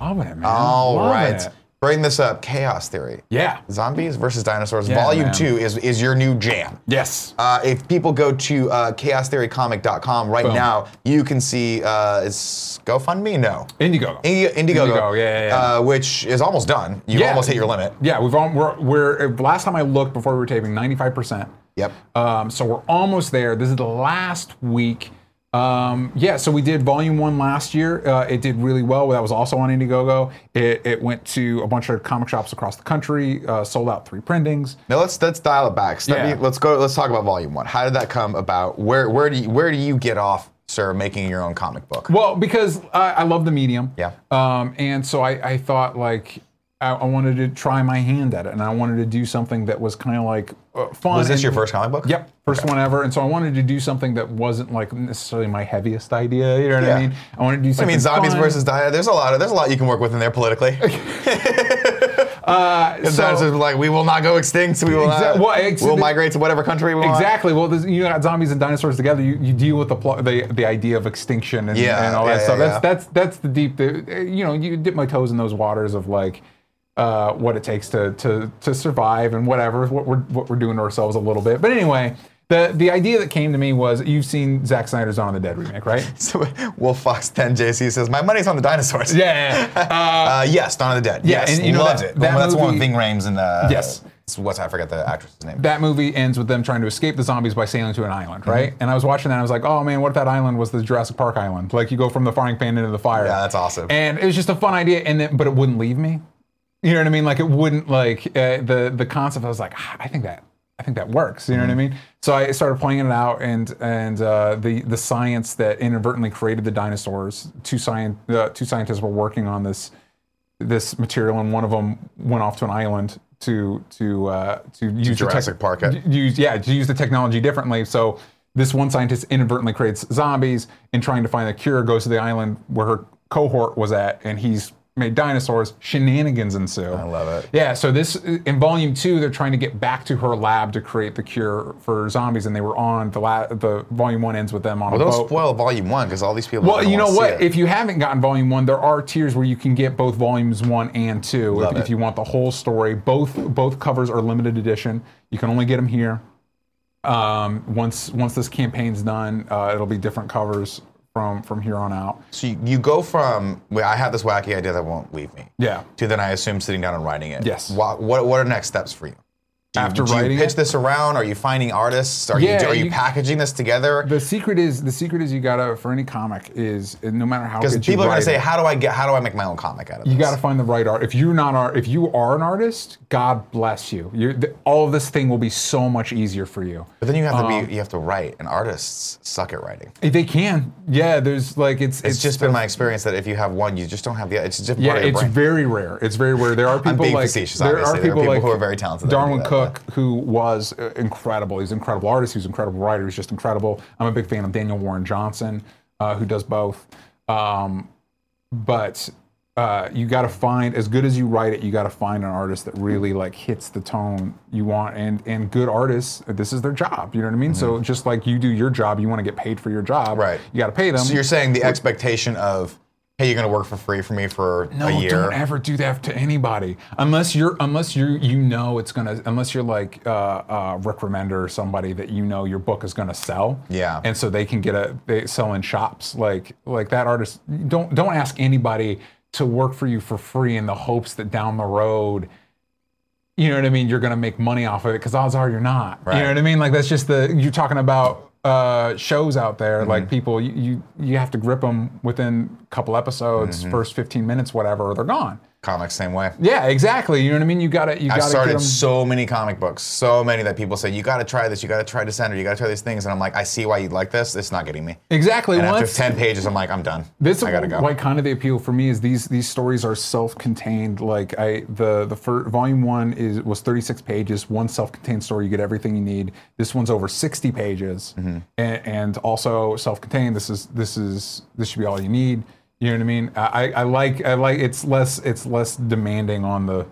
B: Loving it, man.
A: All
B: Loving
A: right,
B: it.
A: bring this up. Chaos theory.
B: Yeah.
A: Zombies versus dinosaurs.
B: Yeah,
A: Volume
B: man.
A: two is is your new jam.
B: Yes.
A: Uh, if people go to uh, chaostheorycomic.com right
B: Boom.
A: now, you can see uh, is GoFundMe. No.
B: Indigo.
A: Indi- Indiegogo,
B: Indiegogo, yeah, yeah, yeah.
A: Uh, which is almost done. You
B: Yeah.
A: almost hit your limit.
B: Yeah, we've all, we're, we're last time I looked before we were taping, ninety five percent.
A: Yep.
B: Um, so we're almost there. This is the last week. Um, yeah, so we did volume one last year. Uh, it did really well. That was also on Indiegogo. It, it went to a bunch of comic shops across the country, uh, sold out three printings.
A: Now let's let's dial it back. So let
B: Yeah.
A: me- let's go. Let's talk about volume one. How did that come about? Where where do you, where do you get off, sir, making your own comic book?
B: Well, because I, I love the medium.
A: Yeah.
B: Um, and so I, I thought like I, I wanted to try my hand at it, and I wanted to do something that was kind of like uh, fun.
A: Was this
B: and-
A: your first comic book?
B: Yep, first one ever. And so I wanted to do something that wasn't like necessarily my heaviest idea. You know what
A: Yeah.
B: I mean? I wanted to do
A: I
B: something.
A: mean, zombies
B: fun.
A: versus dino. There's a lot of there's a lot you can work with in there politically.
B: Uh, so-
A: Dinosaurs are like we will not go extinct. We will not.
B: Exact- well, ex-
A: we'll migrate to whatever country we want.
B: Exactly. Well, there's- you got zombies and dinosaurs together. You, you deal with the, pl- the the idea of extinction and,
A: Yeah,
B: and all
A: yeah,
B: that
A: yeah,
B: stuff.
A: yeah.
B: That's that's that's the deep. The, you know, you dip my toes in those waters of like uh, what it takes to to to survive and whatever what we're what we're doing to ourselves a little bit. But anyway, the the idea that came to me was you've seen Zack Snyder's Dawn of the Dead remake, right?
A: So, Wolf Fox 10 JC says my money's on the dinosaurs.
B: Yeah.
A: Uh, yes, Dawn of the Dead.
B: Yeah,
A: yes,
B: and you know
A: loved
B: that-
A: it. Well,
B: that
A: that's one with
B: movie-
A: Ving Rhames and uh,
B: Yes.
A: What's I forget the actress's name.
B: that movie ends with them trying to escape the zombies by sailing to an island, right?
A: Mm-hmm.
B: And I was watching that and I was like, oh man, what if that island was the Jurassic Park island? Like you go from the frying pan into the fire.
A: Yeah, that's awesome.
B: And it was just a fun idea, and then, but it wouldn't leave me. You know what I mean? Like it wouldn't like uh, the the concept. I was like, "Ah, I think that I think that works. You know
A: Mm-hmm.
B: what I mean? So I started playing it out, and and uh, the the science that inadvertently created the dinosaurs. Two science uh, two scientists were working on this this material, and one of them went off to an island to to uh, to use the
A: Jurassic Park it.
B: Use yeah, to use the technology differently. So this one scientist inadvertently creates zombies, and trying to find a cure, goes to the island where her cohort was at, and he's made dinosaurs. Shenanigans ensue. I
A: love it.
B: Yeah. So this in volume two, they're trying to get back to her lab to create the cure for zombies, and they were on the la- the volume one ends with them on
A: Well,
B: a
A: don't
B: boat.
A: spoil volume one because all these people. are
B: Well,
A: gonna
B: you know
A: wanna
B: what?
A: see it.
B: If you haven't gotten volume one, there are tiers where you can get both volumes one and two
A: Love
B: if,
A: it.
B: if you want the whole story. Both both covers are limited edition. You can only get them here. Um, once once this campaign's done, uh, it'll be different covers from from here on out.
A: so you, you go from well, I have this wacky idea that won't leave me.
B: Yeah.
A: To then I assume sitting down and writing it.
B: Yes.
A: What what, what are next steps for you? Do you-
B: After
A: do you
B: writing
A: pitch
B: it?
A: this around? Are you finding artists? Are
B: Yeah,
A: you are you,
B: you-
A: packaging this together?
B: The secret is the secret is you gotta for any comic is no matter how
A: Because
B: good
A: people
B: you
A: are gonna
B: write
A: say,
B: it,
A: how do I get? How do I make my own comic out of this?
B: You got to find the right art. If you're not art, if you are an artist, God bless you. You're, th- all of this thing will be so much easier for you.
A: But then you have to
B: um,
A: be you have to write, and artists suck at writing.
B: They can, yeah. There's like it's
A: It's, just been my experience that if you have one, you just don't have the. other. It's just
B: Yeah,
A: part of your
B: it's
A: brain.
B: very rare. It's very rare. There are people
A: being
B: like
A: facetious,
B: there
A: obviously.
B: are people, like
A: who are very talented that do
B: Darwin
A: that,
B: Cook, who was uh, incredible. He's an incredible artist. He's an incredible writer. He's just incredible. I'm a big fan of Daniel Warren Johnson, uh, who does both. Um, but uh, you got to find as good as you write it. You got to find an artist that really like hits the tone you want. And and good artists, this is their job. You know what I mean? So just like you do your job, you want to get paid for your job.
A: Mm-hmm. Right.
B: You got to pay them.
A: So you're saying the expectation of, hey, you're gonna work for free for me for
B: No,
A: a year.
B: don't ever do that to anybody. Unless you're, unless you, you know it's gonna, unless you're like uh, uh, Rick Remender or somebody that you know your book is gonna sell.
A: Yeah.
B: And so they can get a, they sell in shops like, like that artist. Don't, don't ask anybody to work for you for free in the hopes that down the road, you know what I mean, you're gonna make money off of it because odds are you're not. You
A: Right.
B: know what I mean? Like that's just the, you're talking about uh, shows out there,
A: Mm-hmm.
B: like people, you, you you have to grip them within a couple episodes,
A: Mm-hmm.
B: first 15 minutes, whatever, or they're gone.
A: Comics same way.
B: Yeah, exactly. You know what I mean? You got to you got
A: I
B: to
A: started
B: get 'em-
A: so many comic books, so many that people say you got to try this, you got to try Descender, you got to try these things, and I'm like, I see why you'd like this. It's not getting me.
B: exactly
A: And after
B: once.
A: ten pages, I'm like, I'm done.
B: This is
A: I gotta go.
B: why kind of the appeal for me is these these stories are self-contained. Like I the the first, volume one is was 36 pages, one self-contained story. You get everything you need. This one's over 60 pages,
A: Mm-hmm.
B: and, and also self-contained. This is this is this should be all you need. You know what I mean? I, I- I like I like it's less it's less demanding on the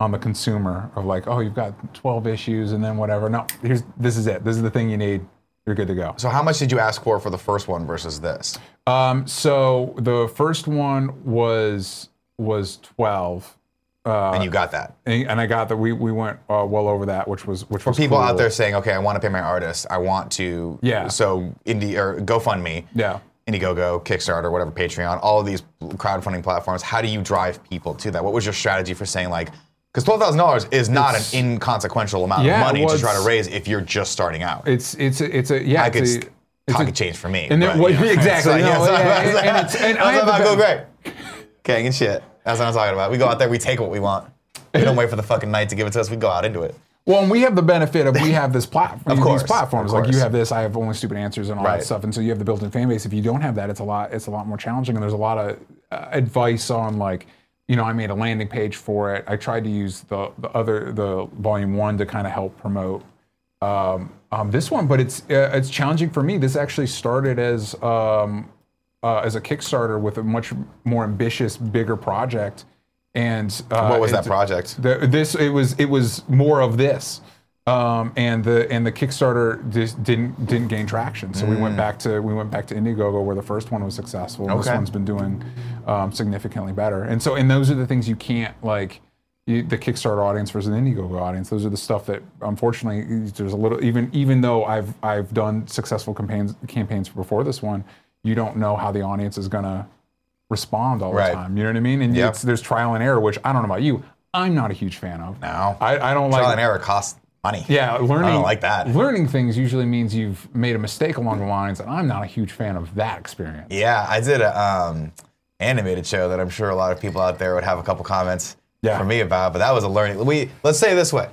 B: on the consumer of like oh you've got 12 issues and then whatever. No, here's this is it. This is the thing you need. You're good to go.
A: so how much did you ask for for the first one versus this?
B: Um, so the first one was was twelve, Uh,
A: and you got that.
B: and, and I got that we we went uh, well over that, which was which was
A: People out
B: cool.
A: there saying, okay, I want to pay my artist. I want to.
B: Yeah.
A: So indie or GoFundMe.
B: Yeah.
A: Indiegogo, Kickstarter, whatever, Patreon, all of these crowdfunding platforms. How do you drive people to that? What was your strategy for saying like, because twelve thousand dollars is not
B: It's-
A: an inconsequential amount
B: Yeah,
A: of money
B: well,
A: to try to
B: it's-
A: raise if you're just starting out.
B: It's it's a, it's a yeah.
A: I
B: it's
A: could
B: a-
A: st-
B: it's
A: pocket
B: a-
A: change for me.
B: And then- well, exactly,
A: It's like,
B: no,
A: yeah, it's not-
B: yeah,
A: it's
B: and-
A: not-
B: and it's- and
A: I was
B: I
A: about
B: have
A: to go
B: the-
A: great. Gang and shit. That's what I'm talking about. We go out there, we take what we want. We don't wait for the fucking night to give it to us. We go out into it.
B: Well, and we have the benefit of we have this platform,
A: Of course,
B: these platforms.
A: of
B: Like you
A: course.
B: have this, I have only stupid answers and all
A: Right.
B: that stuff, and so you have the built-in fan base. If you don't have that, it's a lot. It's a lot more challenging, and there's a lot of uh, advice on like, you know, I made a landing page for it. I tried to use the the other the volume one to kind of help promote um, um, this one, but it's uh, it's challenging for me. This actually started as um, uh, as a Kickstarter with a much more ambitious, bigger project. And uh,
A: What was that
B: it's-
A: project?
B: the, this it was it was more of this, um, and the and the Kickstarter just didn't didn't gain traction. So we went back to we went back to Indiegogo where the first one was successful. and This
A: Okay.
B: one's been doing um, significantly better. And so and those are the things you can't like. You, the Kickstarter audience versus the Indiegogo audience; those are the stuff that, unfortunately, there's a little. Even even though I've I've done successful campaigns campaigns before this one, you don't know how the audience is gonna respond all
A: Right.
B: the time. You know what I mean? And
A: Yep.
B: it's, there's trial and error, which I don't know about you. I'm not a huge fan of.
A: No.
B: I, I don't like.
A: Trial and error costs money.
B: Yeah, learning.
A: like that.
B: Learning things usually means you've made a mistake along the lines, and I'm not a huge fan of that experience.
A: Yeah, I did a um, animated show that I'm sure a lot of people out there would have a couple comments
B: Yeah.
A: for me about, but that was a learning. We let's say it this way: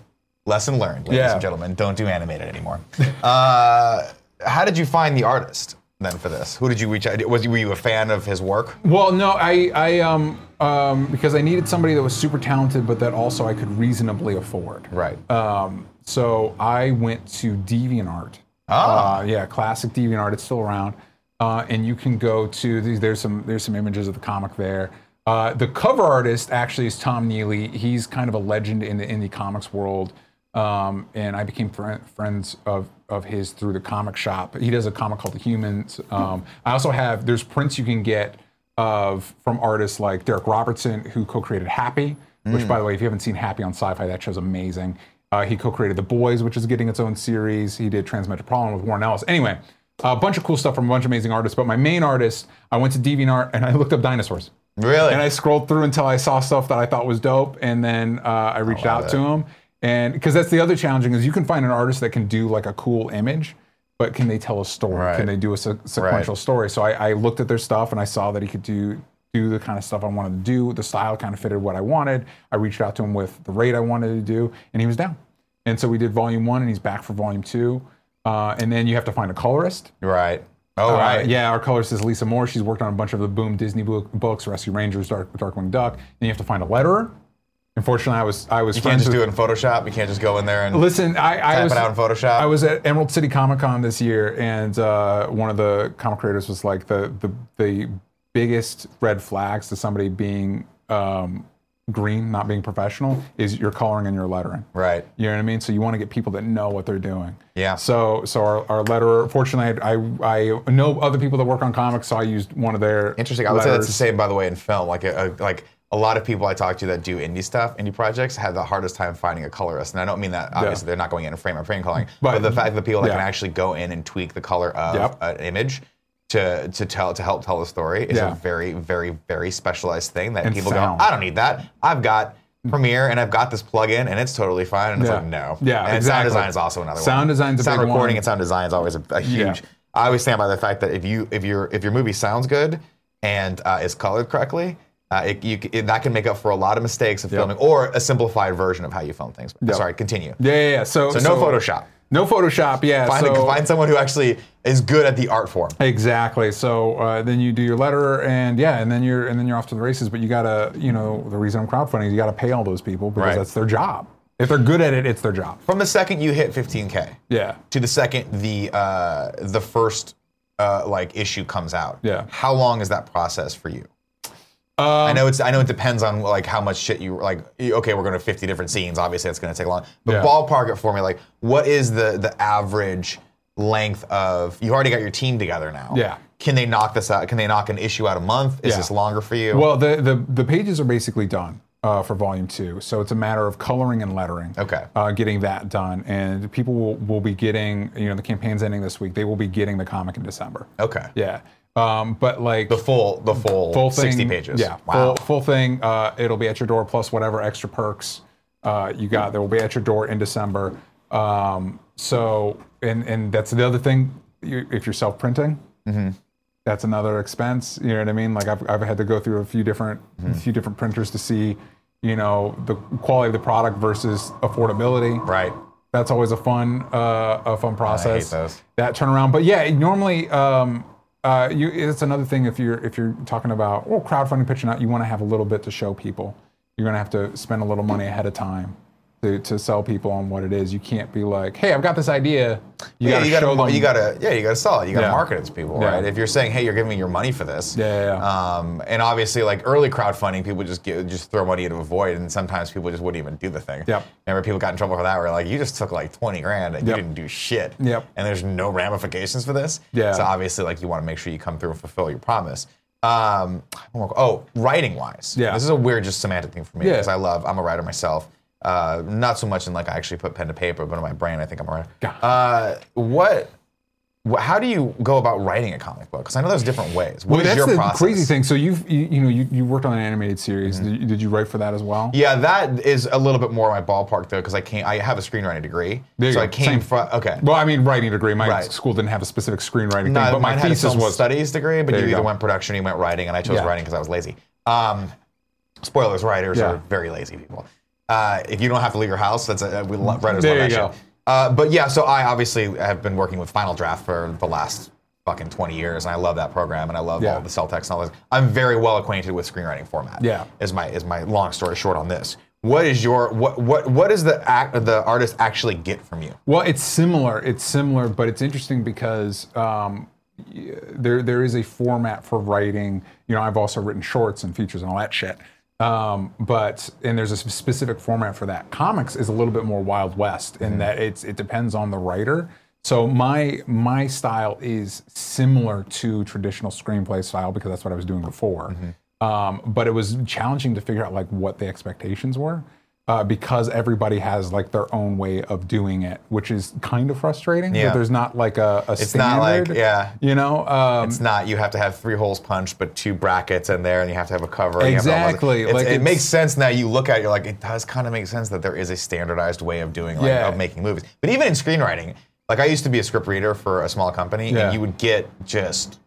A: lesson learned, ladies
B: Yeah.
A: and gentlemen. Don't do animated anymore. uh, how did you find the artist then for this? Who did you reach out? Was were you a fan of his work?
B: Well, no, I, I um, um, because I needed somebody that was super talented, but that also I could reasonably afford.
A: Right.
B: Um, so I went to DeviantArt.
A: Ah.
B: Uh, yeah, classic DeviantArt. It's still around, uh, and you can go to these. There's some there's some images of the comic there. Uh, the cover artist actually is Tom Neely. He's kind of a legend in the indie comics world, um, and I became fri- friends of of his through the comic shop. He does a comic called The Humans. Um, I also have there's prints you can get of from artists like Derek Robertson, who co-created Happy, which by the way, if you haven't seen Happy on Sci-Fi, that show's amazing. Uh, he co-created The Boys, which is getting its own series. He did Transmetropolitan with Warren Ellis. Anyway, a bunch of cool stuff from a bunch of amazing artists. But my main artist, I went to DeviantArt and I looked up dinosaurs.
A: Really?
B: And I scrolled through until I saw stuff that I thought was dope, and then uh, I reached out to him. And because that's the other challenging is you can find an artist that can do like a cool image, but can they tell a story?
A: Right.
B: Can they do a se- sequential story? So I, I looked at their stuff and I saw that he could do do the kind of stuff I wanted to do. The style kind of fitted what I wanted. I reached out to him with the rate I wanted to do, and he was down. And so we did volume one, and he's back for volume two. Uh, and then you have to find a colorist.
A: right. Oh,
B: Uh,
A: right.
B: yeah, our colorist is Lisa Moore. She's worked on a bunch of the Boom Disney book, books, Rescue Rangers, Dark, Darkwing Duck. Then you have to find a letterer. Unfortunately, I was I was
A: You can't just do it in Photoshop. You can't just go in there and
B: Listen, I, I
A: Type
B: was
A: it out in Photoshop.
B: I was at Emerald City Comic Con this year, and uh, one of the comic creators was like the the the biggest red flags to somebody being um, green, not being professional, is your coloring and your lettering.
A: Right.
B: You know what I mean? So you want to get people that know what they're doing.
A: Yeah.
B: So so our, our letterer, fortunately, I, I I know other people that work on comics, so I used one of their
A: Interesting. I would say that's the
B: letters.
A: same, by the way, in film. Like, a, a- like a lot of people I talk to that do indie stuff, indie projects, have the hardest time finding a colorist. And I don't mean that obviously they're not going in and frame or frame coloring, but,
B: But-
A: the fact that people that
B: yeah.
A: can actually go in and tweak the color of
B: Yep.
A: an image to to tell to help tell a story is
B: Yeah.
A: a very very very specialized thing that
B: And
A: people
B: sound.
A: go, I don't need that. I've got Premiere and I've got this plug-in and it's totally fine. And it's
B: Yeah.
A: like, no.
B: Yeah,
A: And sound
B: exactly.
A: design is also another one.
B: Sound design's a
A: sound
B: big
A: recording
B: one.
A: and sound design is always a, a huge.
B: Yeah.
A: I always stand by the fact that if you if your if your movie sounds good and uh, is colored correctly, uh, it, you, c- it, that can make up for a lot of mistakes of filming or a simplified version of how you film things. Sorry, continue.
B: Yeah, yeah, yeah. So,
A: So no Photoshop.
B: No Photoshop. Yeah.
A: Find, a-
B: so-
A: find someone who actually is good at the art form.
B: Exactly. So uh, then you do your letter, and yeah, and then you're and then you're off to the races. But you gotta, you know, the reason I'm crowdfunding is you gotta pay all those people because
A: Right.
B: that's their job. If they're good at it, it's their job.
A: From the second you hit 15k,
B: Yeah.
A: to the second the uh, the first uh, like issue comes out.
B: Yeah.
A: How long is that process for you? I
B: Um,
A: know it's I know it depends on like how much shit you like. you- Okay, we're going to fifty different scenes. Obviously, that's going to take long. But
B: Yeah.
A: ballpark it for me. Like, what is the the average length of? You've already got your team together now.
B: Yeah.
A: Can they knock this out? Can they knock an issue out a month? Is
B: Yeah.
A: this longer for you?
B: Well, the the, the pages are basically done uh, for volume two, so it's a matter of coloring and lettering.
A: Okay.
B: Uh, getting that done, and people will, will be getting, you know, the campaign's ending this week. They will be getting the comic in December.
A: okay.
B: Yeah. Um, but like
A: The full the full,
B: full thing,
A: sixty pages.
B: Yeah,
A: Wow.
B: full, full thing. Uh, it'll be at your door plus whatever extra perks uh, you got. That will be at your door in December. Um, so, and and that's the other thing. You, if you're self printing,
A: Mm-hmm.
B: that's another expense. You know what I mean? Like I've, I've had to go through a few different
A: Mm-hmm.
B: a few different printers to see, you know, the quality of the product versus affordability.
A: Right.
B: That's always a fun uh, a fun process.
A: those.
B: That turnaround, but yeah, normally um, uh, you, it's another thing if you're if you're talking about well crowdfunding pitching out, you want to have a little bit to show people. You're gonna have to spend a little money ahead of time. To, to sell people on what it is, you can't be like, "Hey, I've got this idea." You
A: yeah,
B: gotta
A: you gotta,
B: show them.
A: you gotta, yeah, you gotta sell it. You gotta
B: Yeah.
A: market it to people,
B: Yeah.
A: right? If you're saying, hey, you're giving me your money for this,
B: Yeah, yeah, yeah.
A: Um, and obviously, like early crowdfunding, people just get, just throw money into a void, and sometimes people just wouldn't even do the thing.
B: Yep.
A: Remember, people got in trouble for that. Where like, you just took like twenty grand and
B: Yep.
A: you didn't do shit.
B: Yep.
A: And there's no ramifications for this.
B: Yeah.
A: So obviously, like, you want to make sure you come through and fulfill your promise. Um, oh, writing wise,
B: Yeah.
A: This is a weird, just semantic thing for me
B: Yeah.
A: because I love. I'm a writer myself. Uh, not so much in like I actually put pen to paper, but in my brain, I think I'm a writer.
B: God.
A: Uh, what? wh- How do you go about writing a comic book? Because I know there's different ways. What
B: well,
A: is
B: that's
A: your
B: the
A: process? Mm-hmm.
B: crazy thing. So you've you, you know you, you worked on an animated series. Did, you, did you write for that as well?
A: Yeah, that is a little bit more my ballpark though, because I can't. I have a screenwriting degree,
B: There you
A: so
B: go.
A: I
B: Same.
A: came from. Okay,
B: Well, I mean, writing degree. My
A: Right.
B: school didn't have a specific screenwriting
A: No,
B: thing, but my
A: mine had a
B: thesis
A: film
B: was
A: studies degree, but
B: There
A: you,
B: you
A: either
B: go.
A: went production, or you went writing, and I chose
B: Yeah.
A: writing because I was lazy. Um, spoilers: writers
B: Yeah.
A: are very lazy people. Uh, if you don't have to leave your house, that's a, we love writers.
B: Mm, There
A: love
B: you
A: that
B: go.
A: Shit. Uh, but yeah, so I obviously have been working with Final Draft for the last fucking 20 years, and I love that program, and I love
B: Yeah.
A: all the cell text and all this. I'm very well acquainted with screenwriting format.
B: Yeah.
A: is my is my long story short on this. What is your what what what does the act the artist actually get from you?
B: Well, it's similar. It's similar, but it's interesting because um, y- there there is a format for writing. You know, I've also written shorts and features and all that shit. Um, but and there's a s- specific format for that. Comics is a little bit more wild west in
A: Mm-hmm.
B: that it's it depends on the writer. So my my style is similar to traditional screenplay style because that's what I was doing before.
A: Mm-hmm.
B: Um, but it was challenging to figure out like what the expectations were uh, because everybody has like their own way of doing it, which is kind of frustrating. that
A: Yeah.
B: there's not like a, a
A: It's not like-
B: standard,
A: yeah.
B: you know. Um,
A: It's not you have to have three holes punched, but two brackets in there, and you have to have a cover. and you have to have all this-
B: Exactly,
A: It's-
B: like
A: it
B: it's-
A: makes sense now. You look at it, you're like, it does kind of make sense that there is a standardized way of doing, like,
B: Yeah.
A: of making movies. But even in screenwriting, like I used to be a script reader for a small company,
B: Yeah.
A: and you would get just.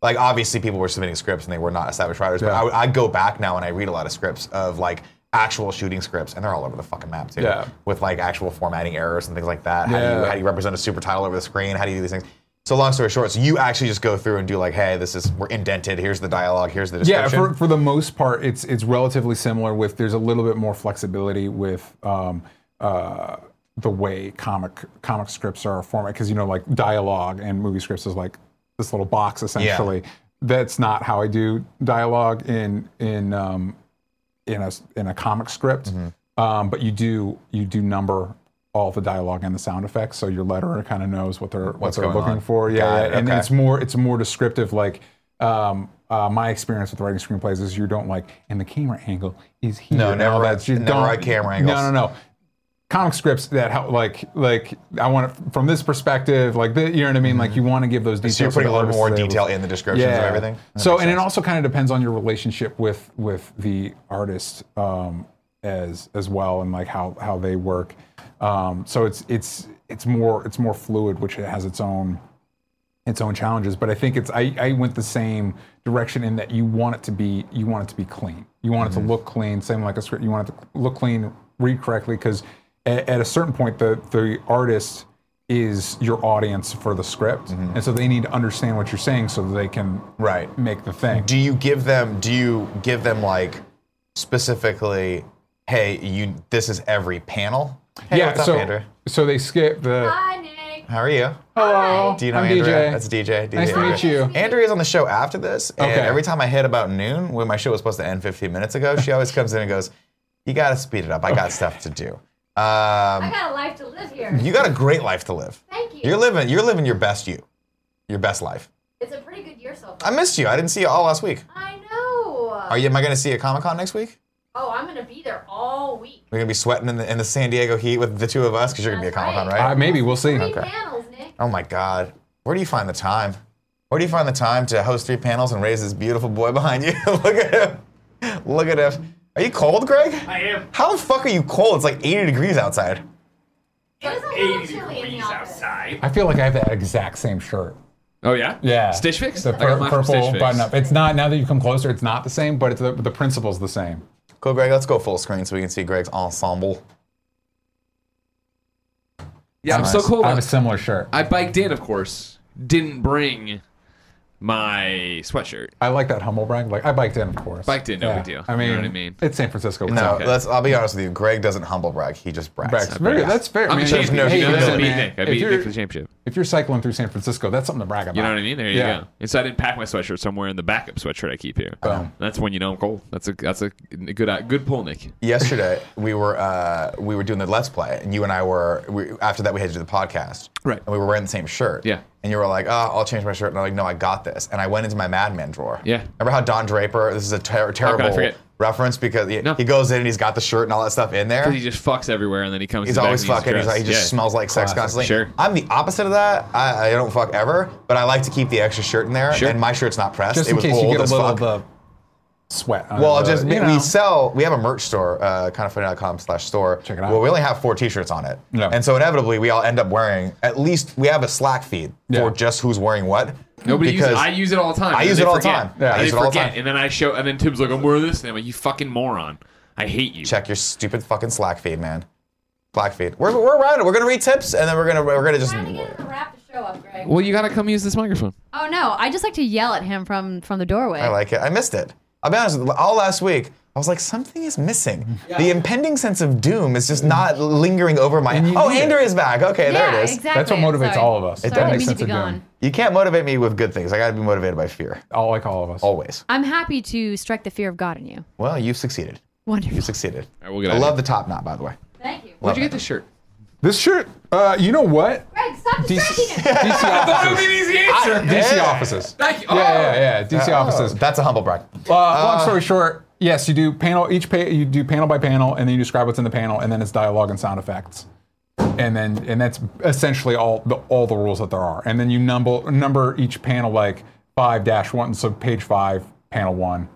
A: Like obviously, people were submitting scripts and they were not established writers. But
B: Yeah.
A: I, would- I go back now and I read a lot of scripts of like actual shooting scripts, and they're all over the fucking map too.
B: Yeah.
A: With like actual formatting errors and things like that. How do you
B: Yeah.
A: how do you represent a super title over the screen? How do you do these things? So long story short, so you actually just go through and do like, hey, this is we're indented. Here's the dialogue. Here's the
B: yeah,
A: description.
B: for, for the most part, it's it's relatively similar. With there's a little bit more flexibility with um, uh, the way comic comic scripts are formatted because you know like dialogue and movie scripts is like this little box essentially. That's not how I do dialogue in in um, in a in a comic script.
A: Mm-hmm.
B: Um, but you do you do number all the dialogue and the sound effects, so your letterer kind of knows what they're what
A: What's
B: they're
A: going
B: looking
A: on.
B: for. Yeah,
A: Got
B: yeah.
A: it,
B: and
A: okay.
B: it's more it's more descriptive. Like um, uh, my experience with writing screenplays is you don't like, and the camera angle is here.
A: No,
B: and
A: never
B: all
A: write-
B: that. You
A: never
B: don't-
A: write camera angles.
B: No, no, no. Comic scripts that help, like, like I want it from this perspective, like, the, you know what I mean? Like, you want to give those details.
A: Mm-hmm. so you're putting a
B: to the
A: little
B: artist
A: more
B: to be able to-
A: detail in the descriptions of everything. That
B: so,
A: makes
B: and it
A: sense.
B: also kind of depends on your relationship with with the artist. Um, as as well and like how how they work. Um, so it's it's it's more it's more fluid, which it has its own its own challenges. But I think it's I, I went the same direction in that you want it to be you want it to be clean. You want
G: Mm-hmm.
B: it to look clean, same like a script. You want it to look clean, read correctly, because at, a certain point the the artist is your audience for the script,
G: Mm-hmm.
B: and so they need to understand what you're saying so that they can
A: Right.
B: make the thing.
A: do you give them do you give them like specifically hey you this is every panel hey what's up
B: so
A: andrew
B: so they skip the
E: Hi, Nick.
A: how are you
B: hello.
A: do you know
B: I'm
A: andrew
B: DJ.
A: that's dj, DJ
B: Nice to meet you.
A: Andrea's on the show after this, and
B: Okay.
A: every time I hit about noon, when my show was supposed to end 15 minutes ago, she always comes in and goes, "You got to speed it up. I got stuff to do."
E: I
A: Um,
E: got a life to live here.
A: you got a great life to live.
E: Thank you.
A: You're living. You're living your best you, your best life.
E: it's a pretty good year so
A: I
E: far.
A: missed you. I didn't see you all last week.
E: I know.
A: Are you? Am I going to see you at Comic Con next week?
E: oh, I'm gonna be there all week.
A: We're gonna be sweating in the, in the San Diego heat with the two of us because you're gonna be at
E: That's
A: Comic Con,
E: right.
A: right?
B: Uh, maybe we'll see.
E: Three panels, Nick.
A: oh my God, where do you find the time? Where do you find the time to host three panels and raise this beautiful boy behind you? Look at him. Look at him. Are you cold, Greg?
F: I am.
A: How the fuck are you cold? It's like 80 degrees outside.
E: It is a little
F: 80
E: chilly in the
F: degrees
E: office.
F: outside.
B: I feel like I have that exact same shirt.
G: Oh yeah,
B: Yeah.
G: Stitch Fix.
B: The
G: I got mine from Stitch
B: purple
G: Fix.
B: button up. It's not now that you come closer. It's not the same, but it's the, the principle's the same.
A: Cool, Greg. Let's go full screen so we can see Greg's ensemble.
G: Yeah, I'm so
A: Nice.
G: cold.
B: I have a similar shirt. I,
G: I biked in, of course. Didn't bring my sweatshirt.
B: like that humble brag. Like I biked in, of course.
G: Biked in, no big deal.
B: I
G: You
B: mean,
G: know what I mean?
B: it's San Francisco. It's
A: No,
B: okay.
A: let's. I'll be honest with you. Greg doesn't humble brag. He just brags.
B: Brags. Very, that's fair.
G: I'm
B: I
G: a
B: mean,
G: champion.
A: no
G: you know,
A: humility,
G: I beat
B: man.
G: Nick. I
B: If
G: beat
B: you're-
G: Nick for the championship.
B: If you're cycling through San Francisco, that's something to brag about.
G: You know what I mean? There you
B: Yeah.
G: go. And so I didn't pack my sweatshirt somewhere in the backup sweatshirt I keep here.
B: Boom.
G: That's when you know I'm cold. That's a that's a good uh, good pull, Nick.
A: Yesterday we were uh, we were doing the let's play, and you and I were we, after that we had to do the podcast,
G: Right.
A: And we were wearing the same shirt,
G: Yeah.
A: And you were like, "Oh, I'll change my shirt," and I'm like, "No, I got this." And I went into my Madman drawer.
G: Yeah. Oh,
A: Remember how Don Draper? This is a ter- terrible
G: forget?
A: reference because he,
G: No.
A: he goes in and he's got the shirt and all that stuff in there.
G: He just fucks everywhere, and then he comes.
A: He's
G: back
A: always
G: and he's
A: fucking. He's like, he
G: dressed.
A: just
G: Yeah.
A: smells like sex
B: Classic.
A: constantly.
G: Sure.
A: I'm the opposite of that. I, I don't fuck ever, but I like to keep the extra shirt in there.
G: Sure.
A: And my shirt's not pressed.
B: Just
A: it
B: in
A: was
B: case you
A: old
B: get a
A: as
B: little
A: fuck.
B: of the sweat. on
A: Well,
B: the-
A: just we,
B: Uh, you
A: we
B: know.
A: sell. We have a merch store, uh, kindoffunny.com slash store.
B: Check it out.
A: Well, we only have four T-shirts on it,
B: Yeah.
A: and so inevitably we all end up wearing. At least we have a Slack feed
B: Yeah.
A: for just who's wearing what.
G: Nobody uses.
A: because
G: I use it all the time.
A: I
G: and
A: use
G: they
A: it all the
G: forget.
A: time. Yeah, I
G: And
A: use
G: they
A: it all the
G: forget,
A: time.
G: and then I show, and then Tim's like, "I'm wearing this," and I'm like, "You fucking moron! I hate you."
A: check your stupid fucking Slack feed, man. Slack feed. We're we're around it. We're gonna read tips, and then we're gonna we're gonna just.
E: Trying to get him to wrap the show up, Greg.
G: Well, you gotta come use this microphone.
E: Oh no, I just like to yell at him from from the doorway.
A: I like it. I missed it. I'll be honest. With you, all last week. I was like, something is missing. The impending sense of doom is just not lingering over my.
B: you
A: Oh,
B: need it.
A: Andrew is back. Okay,
E: yeah,
A: there it is.
E: exactly.
B: That's what motivates
E: Sorry.
B: all of us. It
E: Sorry,
B: does
E: I
B: make
E: need
B: sense
E: to
B: of
E: be
B: doing.
E: gone.
A: You can't motivate me with good things. I gotta be motivated by fear
B: all like all of us.
A: always.
E: I'm happy to strike the fear of God in you.
A: Well, you've succeeded.
E: Wonderful.
A: You've succeeded.
G: All right, we'll get
A: I
G: out of
A: love the top knot, by the way.
E: Thank you.
G: Where'd you get this shirt?
B: This shirt. Uh, you know what?
E: Greg, stop
B: DC,
E: distracting him.
B: DC offices.
G: easy answer.
B: DC
A: Hey.
B: offices.
G: Thank you.
B: Yeah, yeah, yeah. DC offices.
A: Oh, that's a humble brag.
B: Uh, long story short, yes, you do panel each pa- you do panel by panel, and then you describe what's in the panel, and then it's dialogue and sound effects, and then and that's essentially all the all the rules that there are, and then you number number each panel like five dash one, so page five, panel one.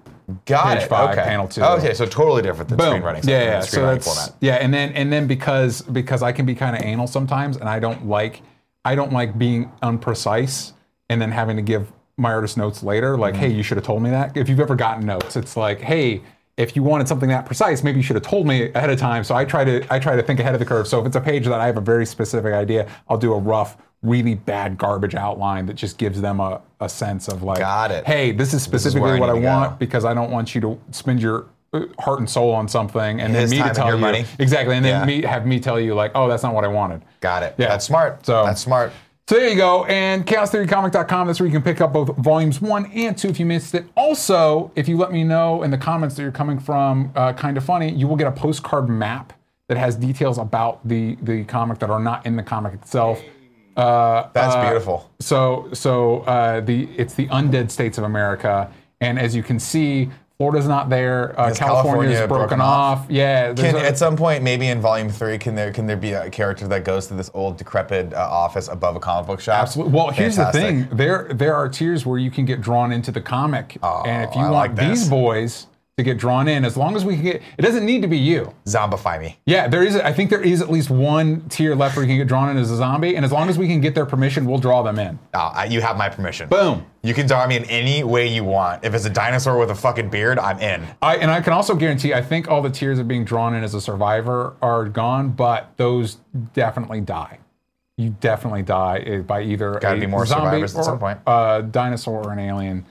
A: Got
B: Page
A: it.
B: five,
A: okay.
B: panel two.
A: Okay, so totally different than
B: Boom.
A: screenwriting.
B: Yeah, yeah. So
A: screenwriting
B: that's
A: format.
B: yeah, and then and then because because I can be kind of anal sometimes, and I don't like I don't like being unprecise, and then having to give my artist notes later.
A: Mm-hmm.
B: Like, hey, you should have told me that. If you've ever gotten notes, it's like, hey, if you wanted something that precise, maybe you should have told me ahead of time. So I try to I try to think ahead of the curve. So if it's a page that I have a very specific idea, I'll do a rough. Really bad garbage outline that just gives them a, a sense of like,
A: Got it.
B: hey, this is
A: is where
B: specifically
A: I
B: what I
A: need to
B: want
A: go.
B: because I don't want you to spend your uh, heart and soul on something and
A: His
B: then me
A: time
B: to
A: and
B: tell
A: your
B: you
A: money.
B: exactly, and then
A: Yeah.
B: me have me tell you like, oh, that's not what I wanted.
A: Got it.
B: Yeah.
A: That's smart.
B: So-
A: that's smart.
B: So there you go, and chaostheorycomic.com. That's where you can pick up both volumes one and two if you missed it. Also, if you let me know in the comments that you're coming from, uh, kind of funny, you will get a postcard map that has details about the the comic that are not in the comic itself. Uh,
A: That's
B: uh,
A: beautiful.
B: so, so uh, the it's the undead states of America, and as you can see, Florida's not there. Uh,
A: Is
B: California's
A: California
B: broken,
A: broken off?
B: off. Yeah, there's
A: Can,
B: a-
A: at some point, maybe in volume three, can there can there be a character that goes to this old decrepit uh, office above a comic book shop?
B: absolutely. Well, here's
A: Fantastic.
B: the thing: there there are tiers where you can get drawn into the comic, and if you
A: Oh, I
B: want
A: like this.
B: these boys to get drawn in. As long as we can get, it doesn't need to be you.
A: Zombify me.
B: Yeah, there is. I think there is at least one tier left where you can get drawn in as a zombie, and as long as we can get their permission, we'll draw them in.
A: Uh, I- you have my permission.
B: Boom.
A: You can draw me in any way you want. If it's a dinosaur with a fucking beard, I'm in.
B: I, and I can also guarantee, I think all the tiers of being drawn in as a survivor are gone, but those definitely die. You definitely die eh, by either
A: Gotta
B: a
A: be more
B: zombie
A: survivors
B: or
A: at some point.
B: a dinosaur or an alien.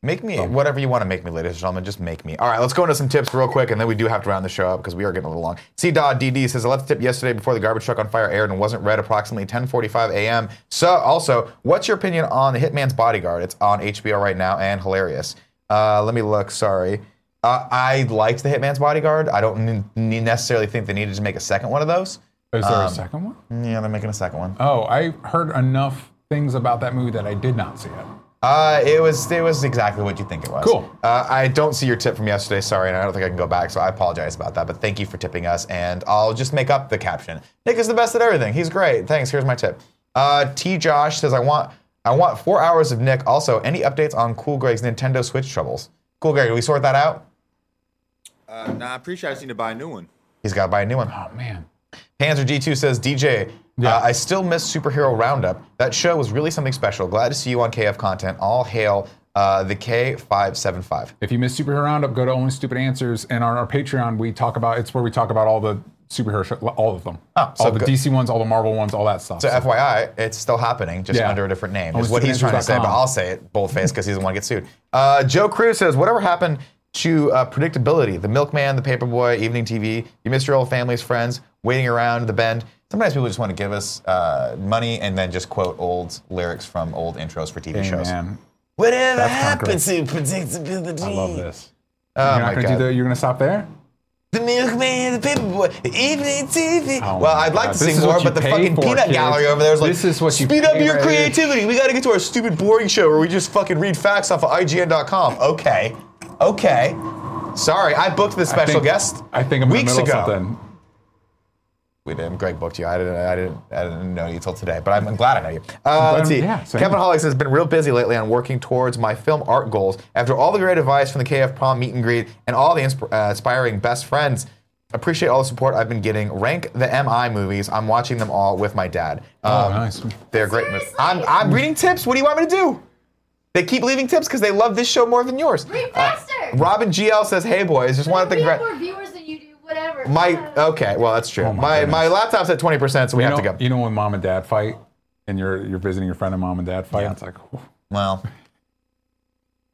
A: Make me whatever you want to make me, ladies and gentlemen. Just make me. All right, let's go into some tips real quick, and then we do have to round the show up because we are getting a little long. C. Dodd DD says I left a tip yesterday before the garbage truck on fire aired and wasn't read approximately 10:45 a.m. So, also, what's your opinion on The Hitman's Bodyguard? It's on HBO right now and hilarious. Uh, let me look. Sorry, uh, I liked The Hitman's Bodyguard. I don't ne- necessarily think they needed to make a second one of those.
B: Is there
A: Um,
B: a second one?
A: Yeah, they're making a second one.
B: Oh, I heard enough things about that movie that I did not see it.
A: Uh, it was it was exactly what you think it was.
B: Cool.
A: Uh, I don't see your tip from yesterday. Sorry, and I don't think I can go back, so I apologize about that. But thank you for tipping us, and I'll just make up the caption. Nick is the best at everything. He's great. Thanks. Here's my tip. Uh, T. Josh says I want I want four hours of Nick. Also, any updates on Cool Greg's Nintendo Switch troubles? Cool Greg, did we sort that out?
H: Uh, nah, I'm pretty sure I just need to buy a new one.
A: He's got to buy a new one.
B: Oh man,
A: Panzer G2 says, DJ,
B: Yeah.
A: uh, I still miss Superhero Roundup. That show was really something special. Glad to see you on KF content. All hail uh, the K575.
B: If you miss Superhero Roundup, go to Only Stupid Answers, and on our Patreon, we talk about it's where we talk about all the superhero, sh- all of them,
A: Oh, so
B: all the
A: go-
B: DC ones, all the Marvel ones, all that stuff.
A: So,
B: So-
A: FYI, it's still happening, just
B: Yeah.
A: under a different name.
B: Oh,
A: Is
B: it's
A: what he's trying to say, but
B: superhero.com.
A: I'll say it boldface because he doesn't want to get sued. Uh, Joe Cruz says, whatever happened to uh, predictability? The Milkman, the Paperboy, evening TV. You miss your old family's friends, waiting around the bend. Sometimes people just want to give us uh, money and then just quote old lyrics from old intros for TV
B: Hey,
A: shows.
B: man,
A: Whatever
B: That's
A: happened to predictability?
B: I love this.
A: Oh
B: you're
A: my
B: not gonna
A: God.
B: do the, You're gonna stop there?
A: The milkman, the paperboy, the evening TV.
B: Oh
A: well,
B: my
A: I'd like
B: God.
A: to sing
B: This is
A: more,
B: what you
A: but the
B: pay
A: fucking
B: for,
A: peanut
B: kids.
A: gallery over there is like,
B: This is what you
A: speed up
B: pay
A: your
B: right here."
A: creativity. We got to get to our stupid, boring show where we just fucking read facts off of IGN.com. Okay, okay. Sorry, I booked this
B: I
A: special
B: think-
A: guest.
B: I think I'm
A: weeks
B: in the
A: ago.
B: middle of something.
A: We didn't. Greg booked you. I didn't. I didn't. I didn't know you till today. But I'm, I'm glad I know you. Uh, let's see.
B: yeah, same.
A: Kevin Hollick says been real busy lately on working towards my film art goals. After all the great advice from the KF Prom meet and greet and all the insp- uh, inspiring best friends, appreciate all the support I've been getting. Rank the MI movies. I'm watching them all with my dad.
B: Oh,
A: Um,
B: nice.
A: They're great. movies. I'm I'm reading tips. What do you want me to do? They keep leaving tips because they love this show more than yours.
E: Read
A: Uh,
E: faster.
A: Robin GL says, "Hey boys, just wanted to
E: We have
A: congratulate."
E: more viewers than you do. Whatever.
A: My okay, well that's true.
B: Oh my
A: my my, laptop's at twenty percent, so we
B: You
A: have
B: know,
A: to go.
B: you know when mom and dad fight, and you're you're visiting your friend and mom and dad fight. It's like, whew.
A: Well,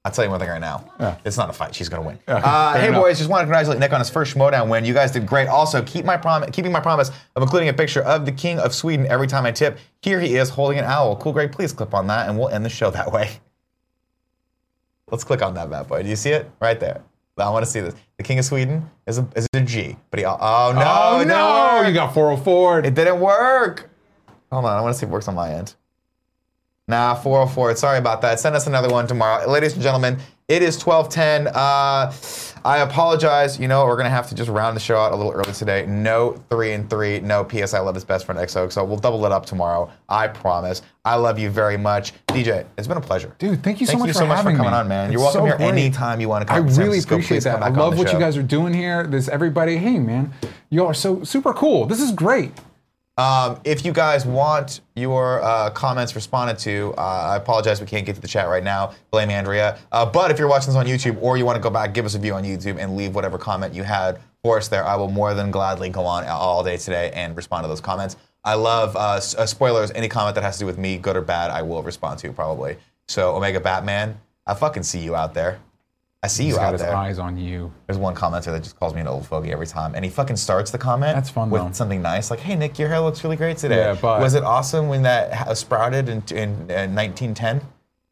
A: I'll tell you one thing right now. It's not a fight. She's gonna win.
B: Okay,
A: uh,
B: fair
A: hey
B: enough.
A: boys, just want to congratulate Nick on his first Schmodown win. You guys did great. Also, keep my prom- keeping my promise of including a picture of the King of Sweden every time I tip. Here he is holding an owl. Cool, Greg. Please click on that, and we'll end the show that way. Let's click on that bad boy. Do you see it right there? I want to see this. The King of Sweden is a is a G, but he oh no
B: oh,
A: it didn't
B: no,
A: work.
B: you got 404.
A: It didn't work. Hold on, I want to see if it works on my end. Nah, 404. Sorry about that. Send us another one tomorrow. Ladies and gentlemen, it is 1210. Uh, I apologize. You know, we're going to have to just round the show out a little early today. No 3 and 3. No PS I love his best friend XOXO. We'll double it up tomorrow. I promise. I love you very much. DJ, it's been a pleasure.
B: Dude, thank you so much for
A: for
B: having
A: coming
B: me.
A: on, man.
B: It's
A: You're welcome
B: so
A: here
B: great.
A: anytime you want to come.
B: I
A: to San
B: really
A: Francisco.
B: appreciate
A: Please come
B: that. I
A: back on
B: love
A: the
B: what
A: show.
B: you guys are doing here. This everybody, hey man, y'all are so super cool. This is great.
A: Um, if you guys want your uh, comments responded to, uh, I apologize we can't get to the chat right now. Blame Andrea. Uh, but if you're watching this on YouTube or you want to go back, give us a view on YouTube and leave whatever comment you had for us there. I will more than gladly go on all day today and respond to those comments. I love uh, s- uh, spoilers. Any comment that has to do with me, good or bad, I will respond to probably. So Omega Batman, I fucking see you out there. I see you
B: He's got
A: out
B: his
A: there.
B: eyes on you.
A: There's one commenter that just calls me an old fogey every time, and he fucking starts the comment.
B: That's fun,
A: with
B: though.
A: something nice like, "Hey Nick, your hair looks really great today.
B: Yeah, but-
A: was it awesome when that ha- sprouted in, in uh, 1910?"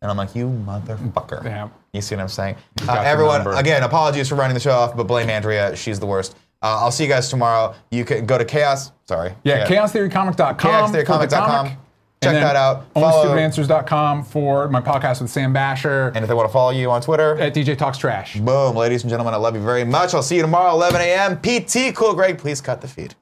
A: And I'm like, "You motherfucker."
B: Yeah.
A: You see what I'm saying? Uh,
B: got the
A: everyone,
B: number.
A: again, apologies for running the show off, but blame Andrea. She's the worst. Uh, I'll see you guys tomorrow. You can go to chaos. Sorry.
B: Yeah, chaostheorycomic.com.
A: chaostheorycomic.com. Check that out. Follow-
B: OnlyStupidAnswers.com for my podcast with Sam Basher
A: And if they want to follow you on Twitter,
B: at DJ Talks Trash.
A: boom, ladies and gentlemen, I love you very much. I'll see you tomorrow, 11 a.m. PT. Cool, Greg. Please cut the feed.